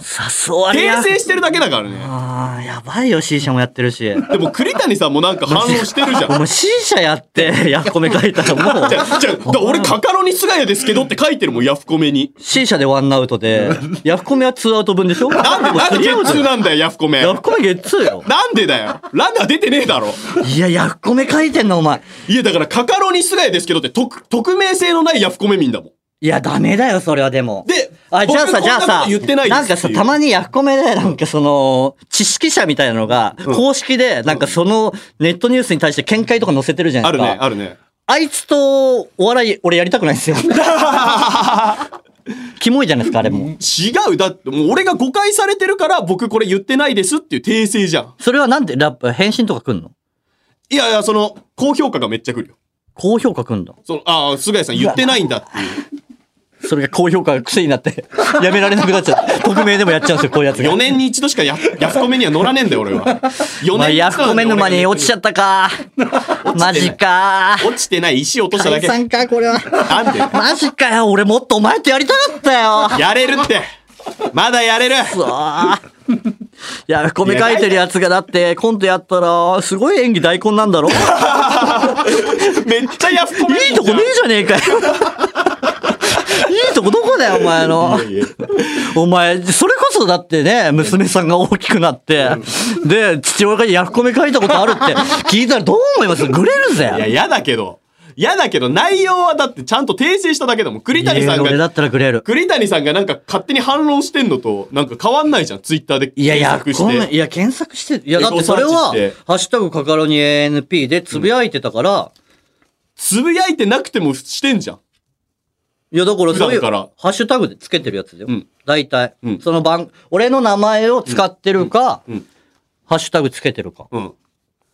A: 誘われや
B: 訂正してるだけだからね。
A: ああ、やばいよ、C 社もやってるし。
B: でも栗谷さんもなんか反論してるじゃん
A: お。前 C 社や って、やっこめ書いたらもう
B: じ、ゃあ、じゃあ、だから俺、カカロニ菅谷ですけどって書いてるもん、ヤフコメに。
A: C 社でワンアウトで、やふこめはツーアウト分でしょ
B: なんで、なんでゲッツーなんだよ、ヤフコメ。
A: やふこめゲッツーよ。
B: なんでだよ。ランナー出てねえだろ。
A: いや、やふこめ書いてんの、お前。
B: いや、だから、カカロニ菅谷ですけどって、匿匿名性のないヤフコメ民だもん。
A: いや、ダメだよ、それはでも。
B: で
A: あ、じゃあさ、
B: 僕
A: じゃあ
B: こんなこ
A: さ
B: と、言ってないです
A: なんかさ、たまにヤフコメで、なんかその、知識者みたいなのが、公式で、なんかその、ネットニュースに対して見解とか載せてるじゃな
B: あ
A: いで
B: る
A: すか。
B: ね、あるね。
A: あいつと、お笑い、俺やりたくないん ですよ。キモいじゃないですか、あれも。
B: 違う。だって、もう俺が誤解されてるから、僕これ言ってないですっていう訂正じゃん。
A: それはなんで、ラップ、返信とか来んの
B: いやいや、その、高評価がめっちゃくるよ。
A: 高評価来んの
B: その、ああ、菅谷さん言ってないんだっていう。
A: それが高評価が癖になって、やめられなくなっちゃって、匿名でもやっちゃうんですよ、こういうやつが
B: 4。年に一度しかや ヤフコメには乗らねえんだよ、俺は。4
A: まあ、ヤフコメ沼に落ちちゃったか。マジか。
B: 落ちてない石落としただ
A: 解
B: け。
A: 散か、これは。
B: なんで
A: マジかよ、俺もっとお前とやりたかったよ。
B: やれるってまだや れる
A: くそーいや、米書いてるやつがだって、コントやったら、すごい演技大根 なんだろい
B: めっちゃヤフコメ
A: いとこねえじゃねえかよ。いいとこどこだよ、お前の。お前、それこそだってね、娘さんが大きくなって、で、父親がヤフコメ書いたことあるって聞いたらどう思いますグレる
B: いや、
A: ぜ。
B: 嫌だけど。嫌だけど、内容はだってちゃんと訂正しただけだもん。栗谷さん
A: 俺だ
B: が、
A: ったらグレる。
B: 栗谷さんがなんか勝手に反論してんのと、なんか変わんないじゃん。ツイッターで
A: いや、ヤフ
B: 検
A: コ
B: 索
A: メ、
B: して。
A: いや、検索して、いや、
B: エ
A: だ
B: ゴ
A: ってそれ
B: サ
A: は
B: ーチして、
A: ハッシュタグカカロニ ANP でつぶやいてたから、
B: つぶやいてなくてもしてんじゃん。
A: いや、だからそういう、
B: 普段から
A: ハッシュタグでつけてるやつだよ。
B: うん
A: 大体。
B: うん
A: その番、俺の名前を使ってるか、
B: うんうんうん
A: ハッシュタグつけてるか。
B: うん。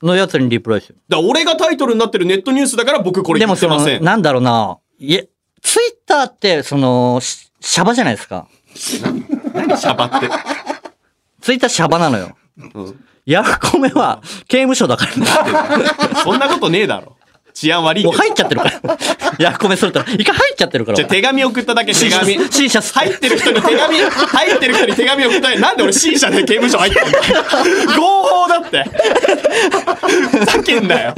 A: のやつにリプライしてる。
B: だから俺がタイトルになってるネットニュースだから僕これ
A: で
B: 言
A: も
B: って
A: そ
B: ませ
A: の、
B: ん。
A: なんだろうな。いえ、ツイッターって、その、しシャバじゃないですか。
B: シャバって。
A: ツイッターシャバなのよ。
B: うん
A: ヤフコメは刑務所だから、
B: そんなことねえだろ。治安悪いけ
A: も
B: ど
A: う。入っちゃってる から。ヤフコメすると、一回入っちゃってるから
B: じゃあ。手紙送っただけ手紙。
A: C シャス。
B: 入ってる人に手紙、入ってる人に手紙送ったり、なんで俺 C 社で刑務所入ってんだよ合法だって。ふざけんなよ。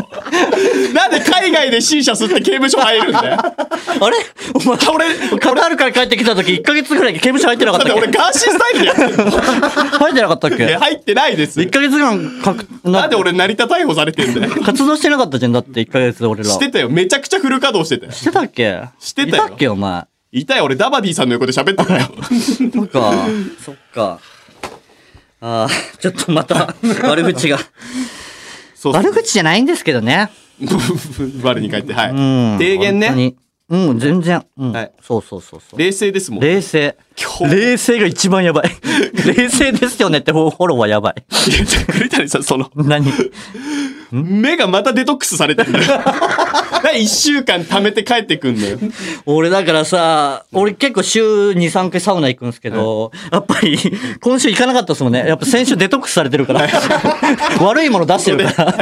B: なんで海外で C 社吸って刑務所入るんだよ。
A: あれお前、
B: 俺、
A: カタールから帰ってきた時1ヶ月ぐらい刑務所入ってなかっ
B: だったて
A: っけ
B: 俺ガーシースタイルでやってんの
A: 入ってなかったっ
B: いや
A: け
B: 入ってないです。
A: 1ヶ月間かく、
B: なんで俺成田逮捕されてんだよ。
A: 活動してなかったじゃん、だって1ヶ月俺ら。
B: してたよ。めちゃくちゃフル稼働してたよ。
A: してたっけ
B: してたよ
A: いっけ、お前。
B: いたよ、俺ダバディさんの横で喋ってたよ。
A: そっ か。そっか。ああ、ちょっとま た、悪口が。
B: そう
A: 悪口じゃないんですけどね。
B: 我に返って、はい。
A: うん。
B: 提言
A: 本当
B: ね。
A: に。うん、全然。うん。
B: はい
A: そうそうそうそう。
B: 冷静ですもん。
A: 冷静。
B: 今日
A: 冷静が一番やば い。冷静ですよねってフォローはやばい。
B: いや栗谷さん、その、
A: 何
B: 目がまたデトックスされてる んだよ。1週間貯めて帰ってくんのよ。
A: 俺だからさ、俺結構週2、3回サウナ行くんですけど、やっ ぱり今週行かなかったですもんね。やっぱ先週デトックスされてるから。悪いもの出してるから。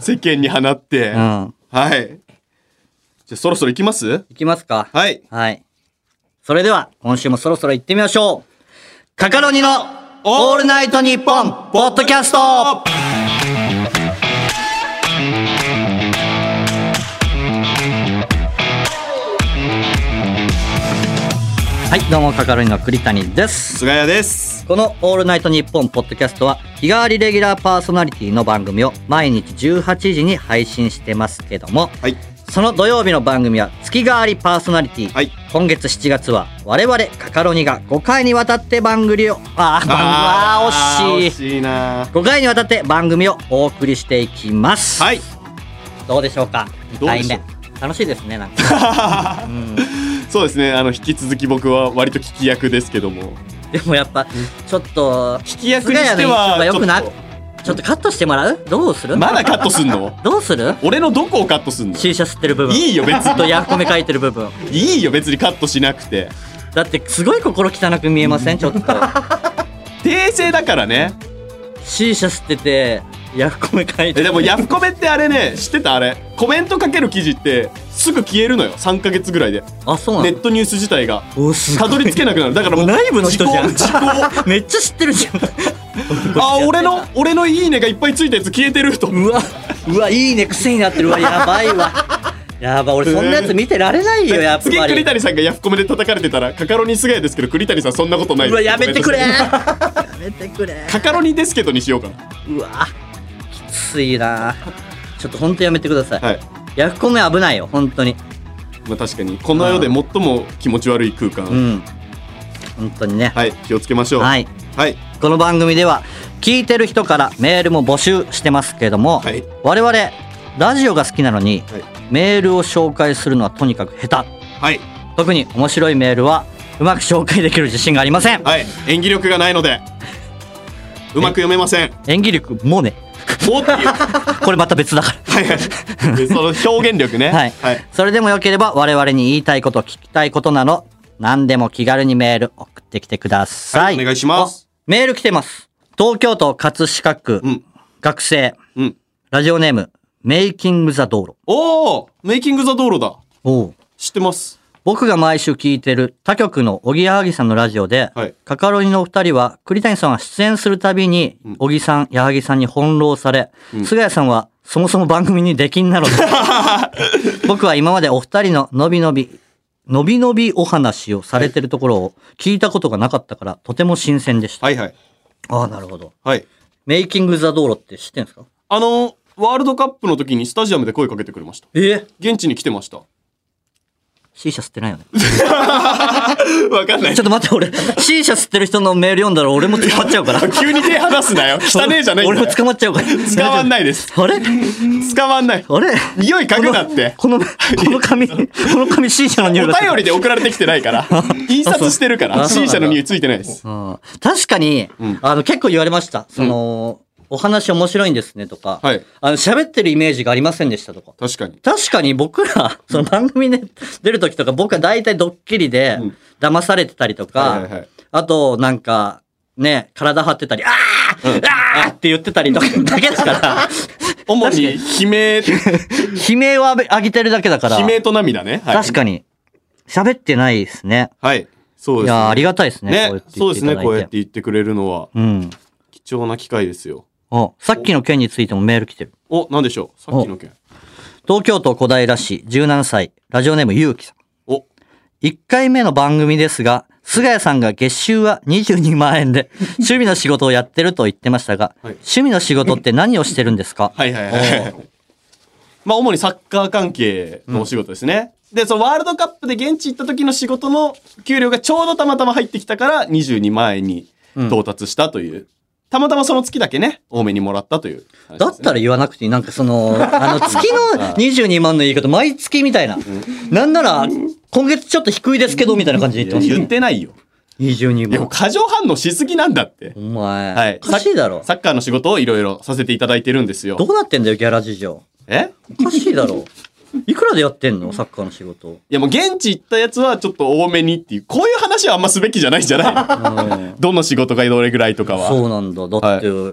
B: 世間に放って。
A: うん。
B: はい。じゃあそろそろ行きます
A: 行きますか。
B: はい。
A: はい。それでは、今週もそろそろ行ってみましょう。カカロニのオールナイトニッポンポッドキャスト
B: あ
A: はい、どうも、カカロニの栗谷です。
B: 菅谷です。
A: この「オールナイトニッポン」ポッドキャストは日替わりレギュラーパーソナリティの番組を毎日18時に配信してますけども
B: はい。
A: その土曜日の番組は月替わりパーソナリティ、
B: はい
A: 今月7月は我々カカロニが5回にわたって番組をあー番組は惜しい
B: 惜しいな
A: 5回にわたって番組をお送りしていきます、
B: はい。
A: どうでしょうか2
B: どうで
A: 回
B: しょう
A: 目楽しいですねなんか、 うん
B: そうですね。あの、引き続き僕は割と聞き役ですけども。
A: でもやっぱちょっと
B: 聞き役にしては
A: 菅谷の一部が良くな
B: ちょっ
A: ちょっとカットしてもらうどうす る
B: まだカットすんの
A: どうする
B: 俺のどこをカットすんの
A: 注射吸ってる部分
B: いいよ、別
A: と
B: に。
A: ヤフコメ書いてる部分
B: いいよ、別にカットしなくて。
A: だってすごい心汚く見えませんちょっと
B: 訂正だからね。
A: 注射吸っててヤフコメ書いて
B: え
A: る
B: でもヤフコメってあれね知ってたあれコメントかける記事ってすぐ消えるのよ3ヶ月ぐらいで
A: あそうな
B: ネ
A: の、
B: ットニュース自体が
A: おすご
B: た
A: い
B: どり着けなくなるだからもう
A: 内部の人じゃん
B: 時効 時
A: めっちゃ知ってるじゃん
B: 効 あ俺の俺のいいねがいっぱいついたやつ消えてると
A: うわうわいいね癖になってるうわやばいわやばい俺そんなやつ見てられないよやっ
B: 次
A: ぱり
B: 栗谷さんがヤフコメで叩かれてたらカカロニすがやですけど栗谷さんそんなことないで
A: う
B: す
A: わやめてくれ
B: ごめんなさい
A: やめてくれ
B: カカロニですけどにしようかな
A: うわきついなちょっとほんとやめてください、
B: はい
A: ヤフコメ危ないよ本当に
B: まあ確かにこの世で最も気持ち悪い空間、
A: うん本当にね
B: はい気をつけましょう
A: はい、
B: はい
A: この番組では聞いてる人からメールも募集してますけども、
B: はい
A: 我々ラジオが好きなのに、
B: はい
A: メールを紹介するのはとにかく下手
B: はい、
A: 特に面白いメールはうまく紹介できる自信がありません
B: はい、演技力がないのでうまく読めません
A: 演技力もね
B: おっていう。
A: これまた別だから。
B: でその表現力ね。
A: はい、
B: はい。
A: それでもよければ我々に言いたいこと聞きたいことなど何でも気軽にメール送ってきてください、
B: はいお願いします
A: おメール来てます東京都葛飾区、
B: うん
A: 学生
B: うん。
A: ラジオネームメイキング・ザ・道路
B: おおメイキング・ザ・道路だ。
A: おう
B: 知ってます。
A: 僕が毎週聞いてる他局の小木矢作さんのラジオで、
B: はい
A: カカロニのお二人は栗谷さんは出演するたびに小木さん矢作さんに翻弄され、菅谷さんはそもそも番組に出禁な ので僕は今までお二人ののびのびのびのびお話をされてるところを聞いたことがなかったからとても新鮮でした、
B: はいはい。
A: ああなるほど
B: はい。
A: メイキング・ザ・道路って知ってんですか
B: あの、ワールドカップの時にスタジアムで声かけてくれました。
A: ええ
B: 現地に来てました。
A: C 社吸ってないよね
B: わかんな い
A: ちょっ。と待って俺 C 社吸ってる人のメール読んだら俺も捕まっちゃうから
B: 急に手離す なよ。汚ねえじゃないんだ
A: 俺
B: よ
A: も捕まっちゃうから
B: 捕まんないです。
A: あれ
B: 捕まんない。
A: あれ
B: 匂い嗅ぐなって。
A: この、この紙、この紙 C 社の
B: お
A: 匂いがする
B: 便りで送られてきてな いから。印刷してるから。
A: あそう
B: C 社の匂いついてないです。
A: うん確かに、あの、結構言われました。その、お話面白いんですねとか、
B: はい
A: あの、喋ってるイメージがありませんでしたとか。
B: 確かに。
A: 確かに僕ら、その番組で出る時とか、僕は大体ドッキリで
B: うん
A: 騙されてたりとか、
B: はいはいはい
A: あと、なんか、ね、体張ってたり、あー、あーって言ってた りとかだけですから、
B: 主に悲鳴、
A: 悲鳴を上げてるだけだから、
B: 悲鳴と涙ね。はい
A: 確かに、喋ってないですね。
B: はい。そう
A: い
B: です
A: やーあり
B: ね。
A: がたいですね。
B: ね、そうですね。こうやって
A: てい
B: 言ってくれるのは
A: ただいて。うん。
B: 貴重な機会ですよ。
A: お、さっきの件についてもメール来てる。
B: お、なんでしょうさっきの件。
A: 東京都小平市17歳、ラジオネームゆうきさん。
B: お、
A: 1回目の番組ですが、菅谷さんが月収は22万円 で、趣味の仕事をやってると言ってましたが、
B: はい
A: 趣味の仕事って何をしてるんですか
B: はいはいはい。まあ、主にサッカー関係のお仕事ですね。で、そのワールドカップで現地行った時の仕事の給料がちょうどたまたま入ってきたから22万円に到達したという。たまたまその月だけね、多めにもらったという話
A: だ
B: で
A: っ
B: すね、
A: たら言わなくていい。なんかそ の、あの、月の22万の言い方、毎月みたいな。なんなら、今月ちょっと低いですけど、みたいな感じで言って
B: いや言
A: ます
B: っ
A: ね。
B: てないよ。
A: 22
B: いや、も
A: 万。
B: う過剰反応しすぎなんだって
A: お。前、
B: はい
A: おかしいだろ。
B: サッカーの仕事をいろいろさせていただいてるんですよ
A: ど。うなってんだよ、ギャラ事情。
B: え
A: おかしいだ ろ。いくらでやってんのサッカーの仕事。
B: いやもう現地行ったやつはちょっと多めにっていう、こういう話はあんますべきじゃないんじゃない どの仕事がどれぐらいとかは。
A: そうなんだ。だって、い、
B: だか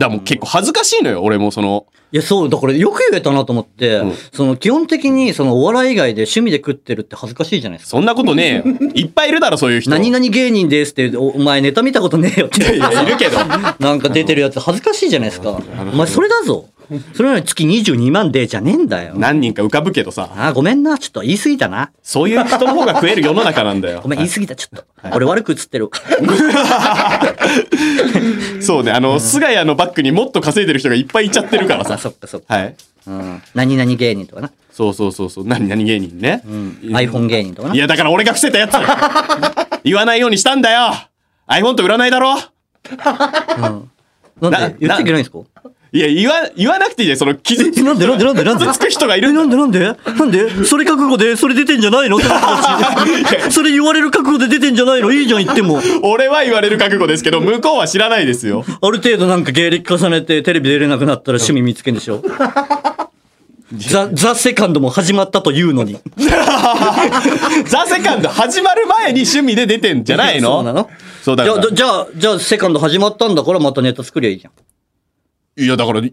B: らもう結構恥ずかしいのよ、俺もその。
A: や、そう、だからよく言えたなと思って、
B: うん
A: その基本的にそのお笑い以外で趣味で食ってるって恥ずかしいじゃないですか。
B: そんなことね えよ。いっぱいいるだろ、そういう人。
A: 何々芸人ですって言うおお前ネタ見たことねえよって
B: いやいるけど。
A: なんか出てるやつ恥ずかしいじゃないですか。お前それだぞ。それなのに月22万でじゃねえんだよ。
B: 何人か浮かぶけどさ、
A: ああ、ごめんな。ちょっと言い過ぎたな。
B: そういう人の方が食える世の中なんだよ
A: ご。めん、言い過ぎた。ちょっと。俺悪く映ってる。
B: そうね、あの、菅谷のバックにもっと稼いでる人がいっぱいいちゃってるか ら
A: あ、
B: さ。
A: そっかそっか。
B: はい。
A: うん。何々芸人とかな。
B: そうそうそうそう。何何芸人ね。
A: iPhone 芸人とか
B: 。
A: ない
B: や、だから俺が伏せたやつ言わないように したんだよ !iPhone と占いだろ
A: なんで言っちゃいけないんですか
B: いや、言わ、言わなくていいじゃん、その傷つ
A: え、なんでなんでなんでなんで
B: 傷つく人がい
A: え、
B: る
A: なんでなんでなんでそれ覚悟で、それ出てんじゃないのって 話それ言われる覚悟で出てんじゃないのいいじゃん言っても。
B: 俺は言われる覚悟ですけど、向こうは知らないですよ。
A: ある程度なんか芸歴重ねてテレビ出れなくなったら趣味見つけんでしょ。ザ・ザ・セカンドも始まったというのに。
B: ザ・セカンド始まる前に趣味で出てんじゃないの
A: そうなの
B: そうだ
A: い
B: か
A: や
B: ら
A: だじゃあ、じゃあ、セカンド始まったんだからまたネタ作りゃいいじゃん。
B: いや、だから、い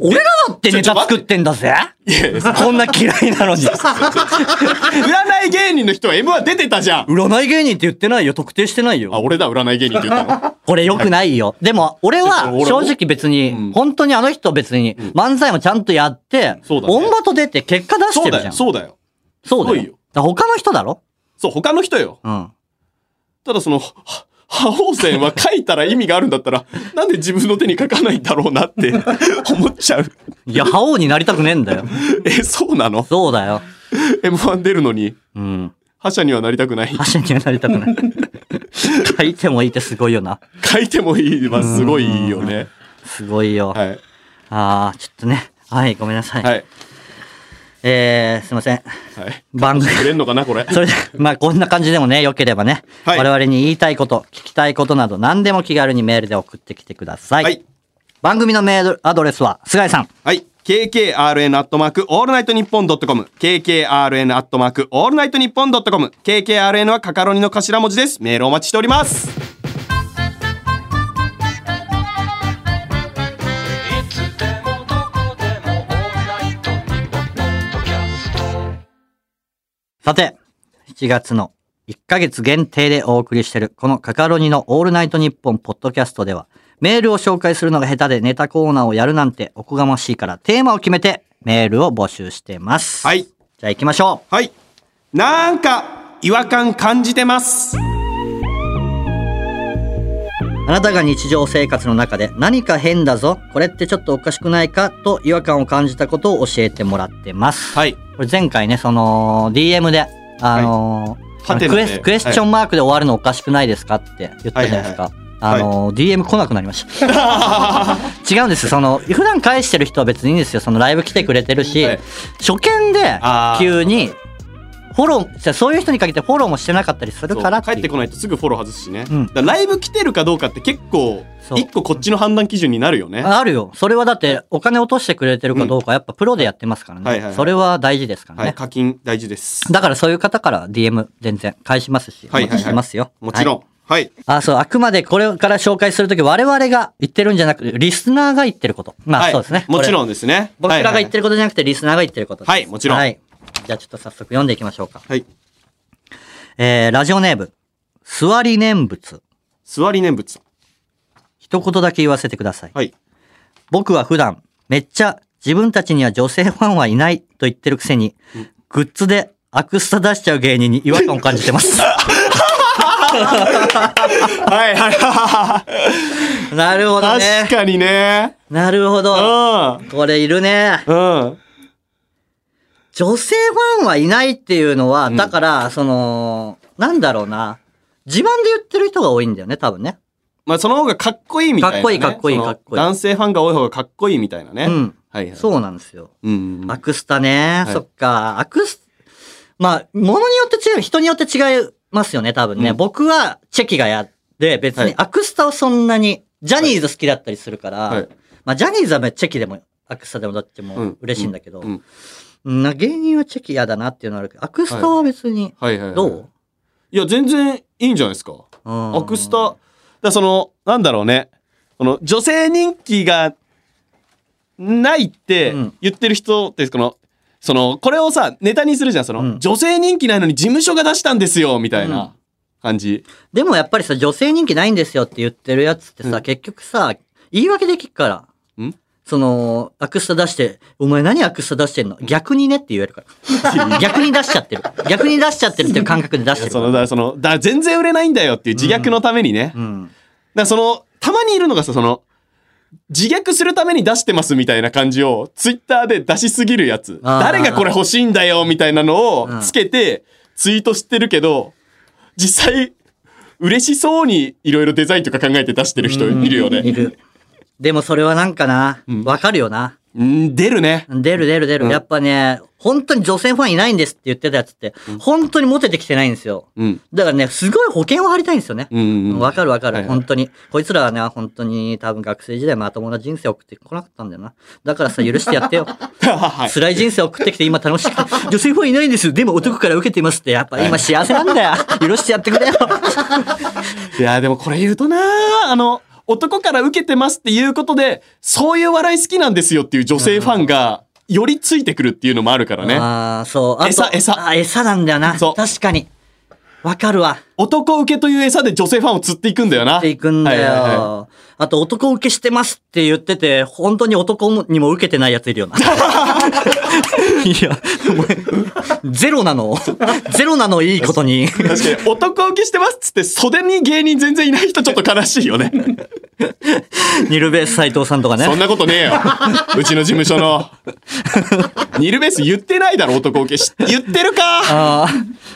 A: 俺らだってネタ作ってんだぜ
B: やいや
A: こんな嫌いなの に。
B: 占い芸人の人は M は出てたじゃん。
A: 占い芸人って言ってないよ。特定してないよ
B: あ、。俺だ、占い芸人って言っ たの。
A: これ良くないよ。でも、俺は
B: 俺
A: 正直別に、本当にあの人別に漫才もちゃんとやって、
B: そうだね
A: 音場と出て結果出し
B: そ
A: てる
B: うだ
A: じゃ
B: よ、
A: ん。
B: そうだよ。
A: そうだ
B: すごい
A: よ。
B: よ
A: だから他の人だろ
B: そう、他の人よ。
A: うん。
B: ただその、は覇王戦は書いたら意味があるんだったら、なんで自分の手に書かないんだろうなって思っちゃう。
A: いや、覇王になりたくねえんだよ。
B: え、そうなの
A: そうだよ。
B: ?M1 出るのに、
A: うん。
B: 覇者にはなりたくない。
A: 覇者にはなりたくない。書いてもいいってすごいよな。
B: 書いてもいいはすごいいいよね。
A: すごいよ。
B: はい。
A: あー、ちょっとね。はい、ごめんなさい。
B: はい。
A: えー、すいません。
B: はい。
A: 番 組。
B: くれんのかな、これ。
A: それで、まあこんな感じでもね、良ければね、
B: はい
A: 我々に言いたいこと、聞きたいことなど何でも気軽にメールで送ってきてください。
B: はい。
A: 番組のメールアドレスは、菅井さん。
B: はい。KKRN アットマークオールナイトニッポンドットコム。KKRN アットマークオールナイトニッポンドットコム。KKRN はカカロニの頭文字です。メールお待ちしております。
C: いつでもどこでもオールナイトニッポンポッドキャスト」
A: さて、7月の1ヶ月限定でお送りしている、このカカロニのオールナイトニッポンポッドキャストでは、メールを紹介するのが下手でネタコーナーをやるなんておこがましいから、テーマを決めてメールを募集してます。
B: は
A: じ
B: い。
A: ゃあ行きましょう。
B: はい。なんか、違和感感じてます。
A: あなたが日常生活の中で何か変だぞ、これってちょっとおかしくないかと違和感を感じたことを教えてもらってます。
B: はい。
A: これ前回ね、その DM で、あのー
B: はいハテナ
A: ク
B: で
A: エスクエスチョンマークで終わるのおかしくないですかって言ったじゃないですか。
B: いは
A: あ
B: いはい
A: のー DM 来なくなりました。 違うんですその、普段返してる人は別にいいんですよ。そのライブ来てくれてるし、
B: はい
A: 初見で
B: あー
A: 急に、フォローじゃあ、そういう人に限ってフォローもしてなかったりするから
B: 帰ってこ
A: ない。
B: ないとすぐフォロー外すしね。
A: うん
B: だからライブ来てるかどうかって結構、
A: そう
B: 一個こっちの判断基準になるよね。
A: あるよ。それはだって、お金落としてくれてるかどうか、やっぱプロでやってますからね。
B: はいはいはい
A: それは大事ですからね。
B: はい。課金大事 です。
A: だからそういう方から DM 全然返しますし、お
B: はいはいはい
A: 待ちしてますよ。
B: もちろん。はい。
A: あ、そう、あくまでこれから紹介するとき、我々が言ってるんじゃなくて、リスナーが言ってること。ま
B: は
A: あ、
B: い
A: そうですね。
B: もち
A: ん。
B: ろんですね。
A: 僕らが言って
B: る。
A: ることじゃなくて、リスナーが言ってることです
B: はいもちろん
A: はい。じゃあ、ちょっと早速読んでいきましょうか。
B: はい。
A: えー、ラジオネーム、座り念仏。
B: 座り念仏さん。
A: 一言だけ言わせてください。
B: はい。
A: 僕は普段、めっちゃ自分たちには女性ファンはいないと言ってるくせに、グッズでアクスタ出しちゃう芸人に違和感を感じて ます。
B: はい はいはい。
A: なるほどね
B: 確。かにね。
A: なるほ
B: う
A: ど。
B: ん。
A: これいるね。
B: うん。
A: 女性ファンはいないっていうのは、だから、その、なんだろうな。自慢で言ってる人が多いんだよね、多分ね。
B: まあその方がかっこいいみたいな、
A: かっ
B: ね。
A: こいいかっこいい
B: その
A: かっこいい
B: 男性ファンが多い方がかっこいいみたいなね。
A: うん
B: はいはい。
A: そうなんですよ。
B: うん。うん
A: アクスタね。
B: はい
A: そっか。アクス、まあ、ものによって違う、人によって違いますよね、多分ね。
B: うん
A: 僕はチェキがやって、別
B: は
A: に
B: い
A: アクスタをそんなに、ジャニーズ好きだったりするから、
B: はい
A: まあ、ジャニーズはチェキでも、アクスタでもどっち
B: う
A: も
B: ん
A: 嬉しいんだけど、
B: うん
A: うんな芸人はチェキ嫌だなっていうのはあるけど、アクスタは別に、
B: はいはいはい。
A: どう、
B: いや、全然いいんじゃないですか。
A: うん
B: アクスタ。だからその、なんだろうね。この女性人気がないって
A: うん
B: 言ってる人って、この、その、これをさ、ネタにするじゃん。その、
A: うん
B: 女性人気ないのに事務所が出したんですよ、みたい
A: うん
B: な感じ。
A: でもやっぱりさ、女性人気ないんですよって言ってるやつってさ、
B: うん
A: 結局さ、言い訳できっから。
B: ん
A: その、アクスタ出して、お前何アクスタ出してんの逆にねって言える から。逆に出しちゃってる。逆に出しちゃってるっていう感覚で出してるか
B: そ
A: ら
B: の、だからその、だから全然売れないんだよっていう自虐のためにね。
A: うん。
B: だからその、たまにいるのがさ、その、自虐するために出してますみたいな感じを、ツイッターで出しすぎるやつ。
A: あー
B: 誰がこれ欲しいんだよみたいなの
A: うん
B: をつけて、ツイートしてるけど、実際、嬉しそうにいろいろデザインとか考えて出してる人いるよ
A: い
B: ね。
A: る。でもそれはなんかな、わかるよな。
B: うん、出るね。
A: 出る出る出る。
B: うん
A: やっぱね、本当に女性ファンいないんですって言ってたやつって、本当にモテてきてないんですよ。
B: うん。
A: だからね、すごい保険を張りたいんですよね。
B: うんうんうん
A: わかるわか
B: は
A: る。
B: いはい
A: 本当に。こいつらはね、本当に多分学生時代まともな人生送ってこなかったんだよな。だからさ、許してやってよ。
B: はい。
A: 辛い人生送ってきて今楽しくて。 女性ファンいないんですよ。でも男から受けてますって。やっぱ今幸せなんだよ。許してやってくれよ。
B: いや、でもこれ言うとなあの、男から受けてますっていうことで、そういう笑い好きなんですよっていう女性ファンが、よりついてくるっていうのもあるからね。
A: ああ、そう。あと
B: 餌餌
A: あ餌なんだよな。
B: そう
A: 確かに。わかるわ。
B: 男受けという餌で女性ファンを釣っていくんだよな。
A: っていくんだよ。
B: はいはいは
A: あと男受けしてますって言ってて、本当に男にも受けてないやついるよな。い や、お前、ゼロなの。ゼロなのいいことに。
B: い確かに、男受けしてますっつって、袖に芸人全然いない人ちょっと悲しいよね。
A: ニルベース斎藤さんとか
B: そん
A: ね。
B: なことね えよ。うちの事務所の。ニルベース言ってないだろ、男受けし。言ってるか
A: ああ、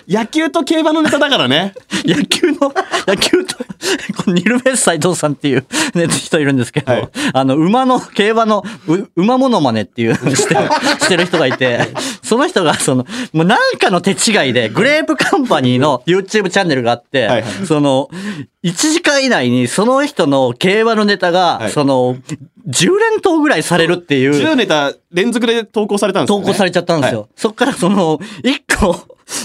B: 野球と競馬のネタだからね。
A: 野球 の、野球と、このニルベース斎藤さんっていう、ね、人いるんですけど、
B: はい
A: あの、馬の、競馬の、う馬モノマネって いうして、してる人がいて、その人が、その、もうなんかの手違いで、グレープカンパニーの YouTube チャンネルがあって、
B: はいはい
A: その、1時間以内にその人の競馬のネタが、
B: はい
A: その、 10連投ぐらいされるっていう。
B: 10ネタ連続で投稿されたんですよ
A: 投
B: ね。
A: 稿されちゃったんですよ。
B: は
A: そっからその、一個、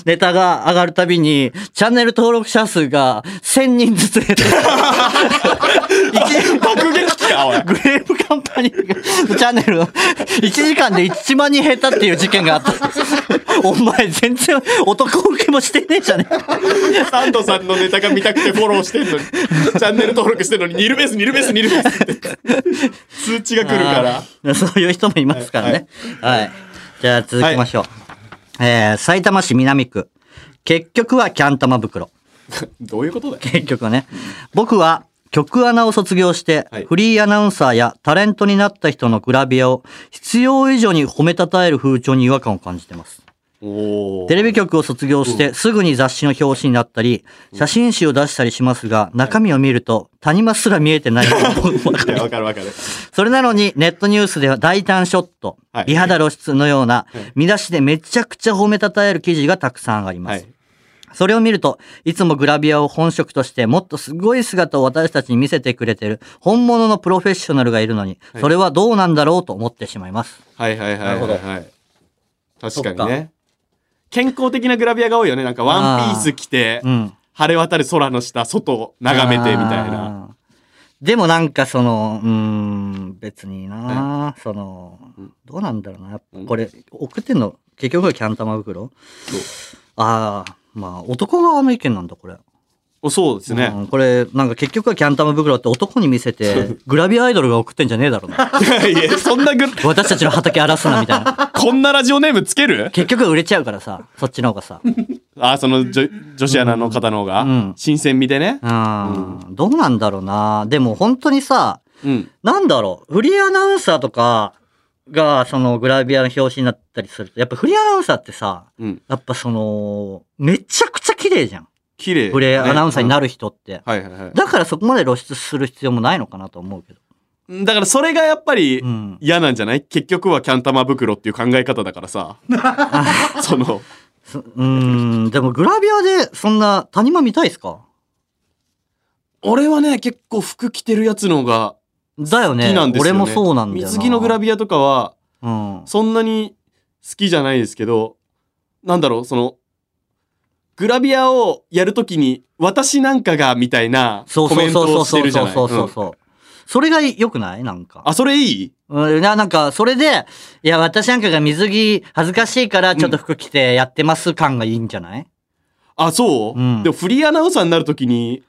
A: ネタが上がるたびに、チャンネル登録者数が1000人ずつ減 って、
B: い。爆撃機か、おい。
A: グレープカンパニーが、チャンネルを、1時間で1万人減ったっていう事件があった。お前全然男受けもしてねえじゃね
B: サンドさんのネタが見たくてフォローしてんのに、チャンネル登録してんのに、ニルベース、ニルベース、ニルベースって。通知が
A: え
B: 来るから。
A: ら。そういう人もいますからね。はい。じゃあ続きましょう。えー、埼玉市南区。結局はキャン玉袋。
B: どういうことだよ。
A: 結局はね。僕は曲アナを卒業して、
B: はい
A: フリーアナウンサーやタレントになった人のグラビアを必要以上に褒めたたえる風潮に違和感を感じてます。
B: お
A: テレビ局を卒業してすぐに雑誌の表紙になったり、写真集を出したりしますが、中身を見ると谷間すら見え てないことが
B: わかるわかる。
A: それなのにネットニュースでは大胆ショット
B: はい、
A: 美肌露出のような
B: はい
A: 見出しでめちゃくちゃ褒めたたえる記事がたくさんありま
B: は
A: す
B: い。。
A: それを見ると、いつもグラビアを本職としてもっとすごい姿を私たちに見せてくれてる本物のプロフェッショナルがいるのに、
B: はい
A: それはどうなんだろうと思ってしまいます。
B: はいはいは
A: ないる
B: は
A: ほ
B: い、
A: ど
B: はい。確かにね。健康的なグラビアが多いよね。なんかワンピース着て
A: う、ん。
B: 晴れ渡る空の下、外を眺めてみたいな。
A: あー。でもなんかその、うーん、別にな、その
B: うん、
A: どうなんだろうな。やっぱ
B: うん
A: これ、送ってんの、結局はキャン玉袋
B: そう
A: ああ、まあ男側の意見なんだ、これ。
B: おそうです
A: う
B: ね。
A: んこれ、なんか結局はキャン玉袋って男に見せて、グラビアアイドルが送ってんじゃねえだろうな。
B: いや、そんなぐ、
A: 私たちの畑荒らすな、みたいな。
B: こんなラジオネームつける
A: 結局売れちゃうからさ、そっちの方がさ。
B: あ、その女女子アナの方の方
A: う
B: が
A: ん、
B: 新鮮味でね
A: う。ん。どうなんだろうな。でも本当にさ、
B: うん。
A: なんだろう。フリーアナウンサーとかが、そのグラビアの表紙になったりすると、やっぱフリーアナウンサーってさ、
B: うん。
A: やっぱその、めちゃくちゃ綺麗じゃん。
B: 綺麗。
A: フリーアナウンサーに
B: る。
A: なる人って。
B: はいはいはい。
A: だからそこまで露出する必要もないのかなと思うけど。
B: だからそれがやっぱり
A: うん。
B: 嫌なんじゃない結局はキャン玉袋っていう考え方だからさ。 その、
A: そうん。でもグラビアでそんな谷間見たいですか
B: 俺はね、結構服着てるやつの方が
A: だよ
B: 好
A: ね。
B: きなんですよね。
A: 俺もそうなんだよな。
B: 水着のグラビアとかは、
A: うん。
B: そんなに好きじゃないですけど、なんだろう、その、グラビアをやるときに、私なんかが、みたいな
A: そ
B: コ
A: うそ
B: メ
A: う
B: ン
A: そ
B: ト
A: うそ
B: を
A: う
B: して
A: そ
B: る
A: う
B: じゃ
A: そう
B: ない。
A: そうそう
B: うん
A: それが良くないなんか。
B: あ、それいい
A: うん、ななんか、それで、いや、私なんかが水着恥ずかしいから、ちょっと服着てやってます感がいいんじゃない、
B: あ、そう、
A: うん
B: でもフリーアナウンサーになるときに、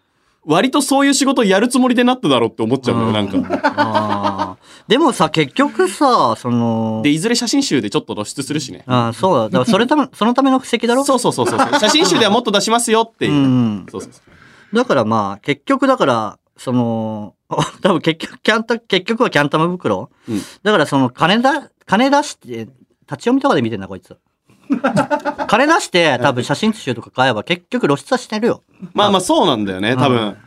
B: 割とそういう仕事をやるつもりでなっただろうって思っちゃうのよ、なんか。
A: か。でもさ、結局さ、その
B: で、、いずれ写真集でちょっと露出するしね。
A: あそうだ。だからそれため、そのための布石だろ
B: そうそうそうそう。写真集ではもっと出しますよっていう。
A: うん。
B: そうそうそう。
A: だからまあ、結局だから、その、 多分結局、キャンタ、結局はキャンタマ袋、
B: うん
A: だからその、金だ、金出して、立ち読みとかで見てんだ、こい つ。金出して、多分写真集とか買えば結局露出はしてるよ。
B: まあまあそうなんだよね、多分。
A: だか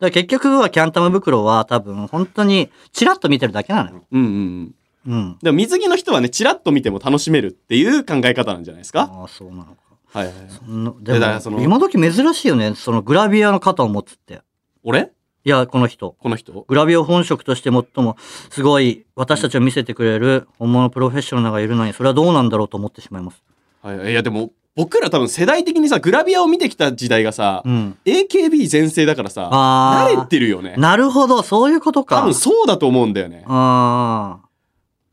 A: ら結局はキャンタム袋は多分本当にチラッと見てるだけなのよ。
B: うんうんうん。
A: うん。
B: でも水着の人はね、チラッと見ても楽しめるっていう考え方なんじゃないですか。
A: ああ、そうなのか。
B: はいはいはい。
A: うん
B: いやだからそ
A: で
B: の
A: も、今時珍しいよね。そのグラビアの肩を持つって。
B: 俺
A: いや、この人。
B: この人
A: グラビアを本職として最もすごい私たちを見せてくれる本物プロフェッショナルがいるのに、それはどうなんだろうと思ってしまいます。
B: はいはい。いやでも、僕ら多分世代的にさ、グラビアを見てきた時代がさ、
A: うん。
B: AKB 全盛だからさ、
A: あー
B: 慣れてるよね。
A: なるほど、そういうことか。
B: 多分そうだと思うんだよね。
A: あ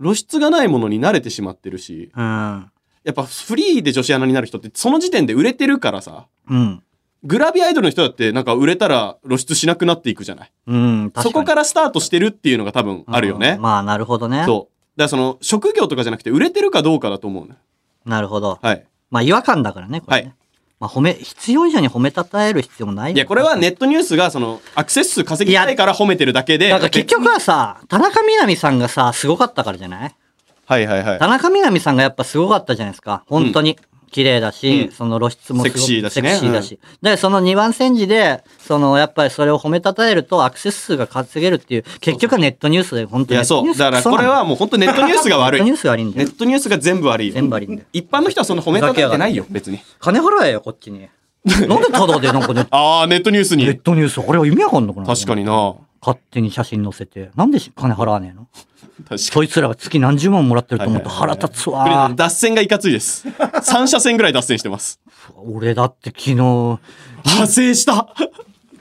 B: 露出がないものに慣れてしまってるし、
A: あ、
B: やっぱフリーで女子アナになる人ってその時点で売れてるからさ、
A: うん。うん。
B: グラビアアイドルの人だってなんか売れたら露出しなくなっていくじゃない。
A: うん、確かに
B: そこからスタートしてるっていうのが多分あるよ
A: う
B: ね
A: ん。まあ、なるほどね。
B: そう。だからその職業とかじゃなくて売れてるかどうかだと思うね。
A: なるほど。
B: はい。
A: まあ違和感だからね、これね。
B: はい
A: まあ褒め、必要以上に褒めたたえる必要もない。
B: いや、これは。ネットニュースがそのアクセス数稼ぎたいから褒めてるだけで。
A: だから結局はさ、田中みな実さんがさ、すごかったからじゃない
B: はいはいはい。
A: 田中みな実さんがやっぱすごかったじゃないですか。本当に。綺麗だし、
B: うん
A: その露出もすごく
B: セクシーだしね
A: セクシーだし。で、その2番煎じで、その、やっぱりそれを褒めたたえるとアクセス数が稼げるっていう、結局はネットニュースで、本
B: い
A: 当にネッ
B: や、
A: ト
B: そ
A: ニュー
B: う。
A: ス。
B: だからこれはもう本当ネットニュースが
A: そうなんだ
B: 悪
A: よ、ネットニュ
B: い。
A: ースが悪いんだ
B: ネ
A: よ
B: ッ。トニュースが全部悪いよ。
A: 全部悪いんだよ。
B: 一般の人はそんな褒めたたえてないよ、別に。
A: 金払えよ、こっち に。なんでタダでなんかね、
B: ああ、ネットニュース
A: ネ
B: に
A: ッ。トニュース、あれは意味わかんのかな
B: 確かにな。
A: 勝手に写真載せて、なんで金払わねえの
B: 確かに。
A: そいつらが月何十万もらってると思うと
B: はいは
A: 腹
B: いはい
A: 立つ
B: これ
A: わ
B: ね。脱線がいかついです。3車線ぐらい脱線し てます。
A: 俺だって昨日、
B: 派生した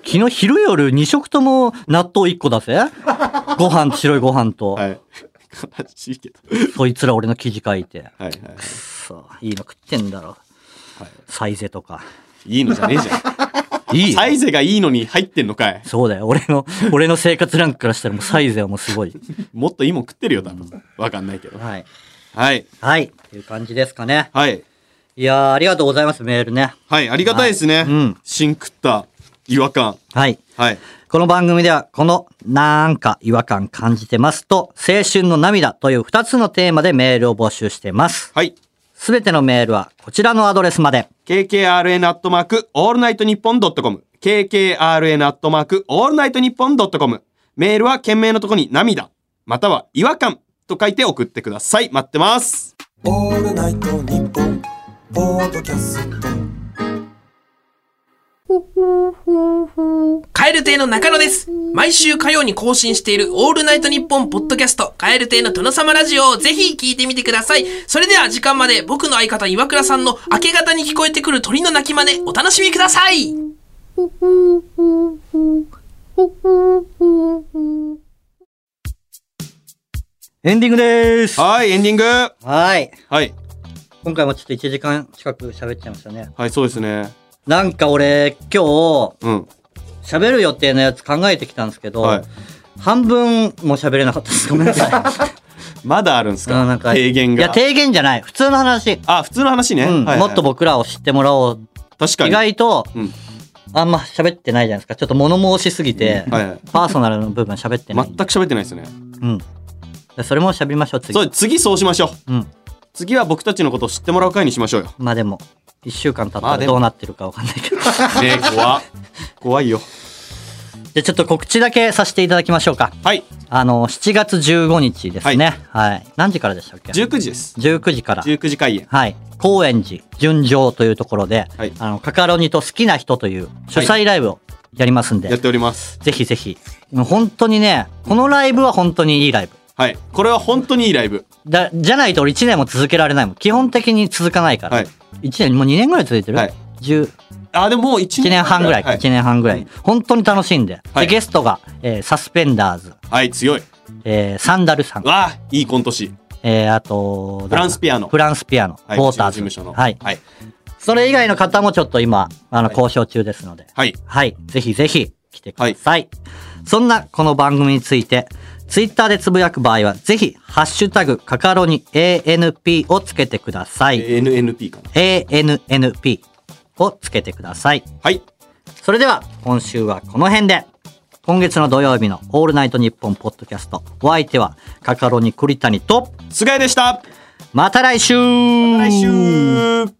A: 昨日昼夜2食とも納豆1個だぜ。 ご飯、白いご飯と。
B: はい。悲しいけど。
A: そいつら俺の記事書いて。
B: はいはいはい。
A: くそいいの食ってんだろ。サイゼとか。
B: いいのじゃねえじゃん。
A: いいよ
B: サイゼがいいのに入ってんのかい。
A: そうだよ。俺の、 俺の生活ランクからしたらもうサイゼはもうすごい。
B: もっといいもん食ってるよ、多分。わかんないけど。
A: はい。
B: はい。
A: はい。っていう感じですかね。
B: はい。
A: いやー、ありがとうございます、メールね。
B: はい。ありがたいですね。
A: いうん
B: シンクった違和感。
A: はい。
B: はい。
A: この番組では、この、なんか違和感感じてますと、青春の涙という2つのテーマでメールを募集してます。
B: はい。
A: すべてのメールは、こちらのアドレスまで。
B: KKRN アットマークオールナイトニッポンドットコム。KKRN アットマークオールナイトニッポンドットコム。メールは件名のとこに涙、または違和感と書いて送ってください。待ってます。
D: オールナイトニッポンポッドキャスト
E: カエル亭の中野です。毎週火曜に更新しているオールナイトニッポンポッドキャスト、カエル亭の殿様ラジオをぜひ聞いてみてください。それでは時間まで僕の相方岩倉さんの明け方に聞こえてくる鳥の鳴き真似、お楽しみください。
A: エンディングでーす。
B: はい、エンディング。は
A: はい。
B: い。
A: 今回もちょっと1時間近く喋っちゃいましたね。
B: はい、そうですね。
A: なんか俺、今日、
B: うん。
A: 喋る予定のやつ考えてきたんですけど、
B: はい
A: 半分も喋れなかったです。ごめんなさい。
B: まだあるんです
A: うんな
B: か
A: んか
B: 提言
A: いや、
B: が。
A: 提言じゃない。普通の話。
B: あ、普通の話ね。
A: うん、
B: はいはい
A: もっと僕らを知ってもらおう。
B: 確か
A: 意
B: に。
A: 外と、
B: うん
A: あんま喋ってないじゃないですか。ちょっと物申しすぎて、
B: はいはい
A: パーソナルの部分喋ってない。
B: 全く喋ってないですね。
A: うん。でそれも喋りましょう、次。
B: そう、次そうしましょう。
A: うん。
B: 次は僕たちのことを知ってもらう回にしましょ うよ。
A: まあでも、一週間経っ
B: ま
A: た
B: あ
A: ら
B: でも
A: どうなってるかわかんないけど。
B: ねえ、 怖っ怖いよ。
A: で、ちょっと告知だけさせていただきましょうか。
B: はい。
A: あの、7月15日ですね。はい。何時からでしたっけ
B: 19時です。
A: ?19 時から。
B: 19時開演。
A: はい。高円寺純情というところで、
B: はい
A: あの、カカロニと好きな人という主催ライブをやりますんで、
B: やっております。
A: ぜひぜひ。もう本当にね、このライブは本当にいいライブ。
B: はい。これは本当にいいライブ。
A: だ、じゃないと俺1年も続けられないもん。基本的に続かないから。
B: はい
A: 1年、もう2年ぐらい続いてる、
B: はい
A: 10
B: あ、でももう
A: 1
B: 1
A: 年半ぐらい、
B: はい
A: 1。年半ぐらい。本当に楽しんで。
B: はい
A: で、ゲストが、えーサスペンダーズ、
B: はい、強い。
A: えーサンダルさん、
B: わあ、いいコント師。
A: えーあと、
B: フランスピアノ
A: フランスピアノ、
B: はい、
A: ウォーターズ。
B: 事務所の。
A: はい。
B: はい。
A: それ以外の方もちょっと今、あの、
B: はい
A: 交渉中ですので。
B: はい。
A: はい。ぜひぜひ来てください。そんなこの番組について、ツイッターでつぶやく場合は、ぜひ、ハッシュタグ、カカロニ ANP をつけてください。
B: NNP かな。
A: ANNP をつけてください。
B: はい。
A: それでは、今週はこの辺で。今月の土曜日のオールナイトニッポンポッドキャスト。お相手は、カカロニ栗谷と、
B: 菅井でした。
A: また来週
B: 来週。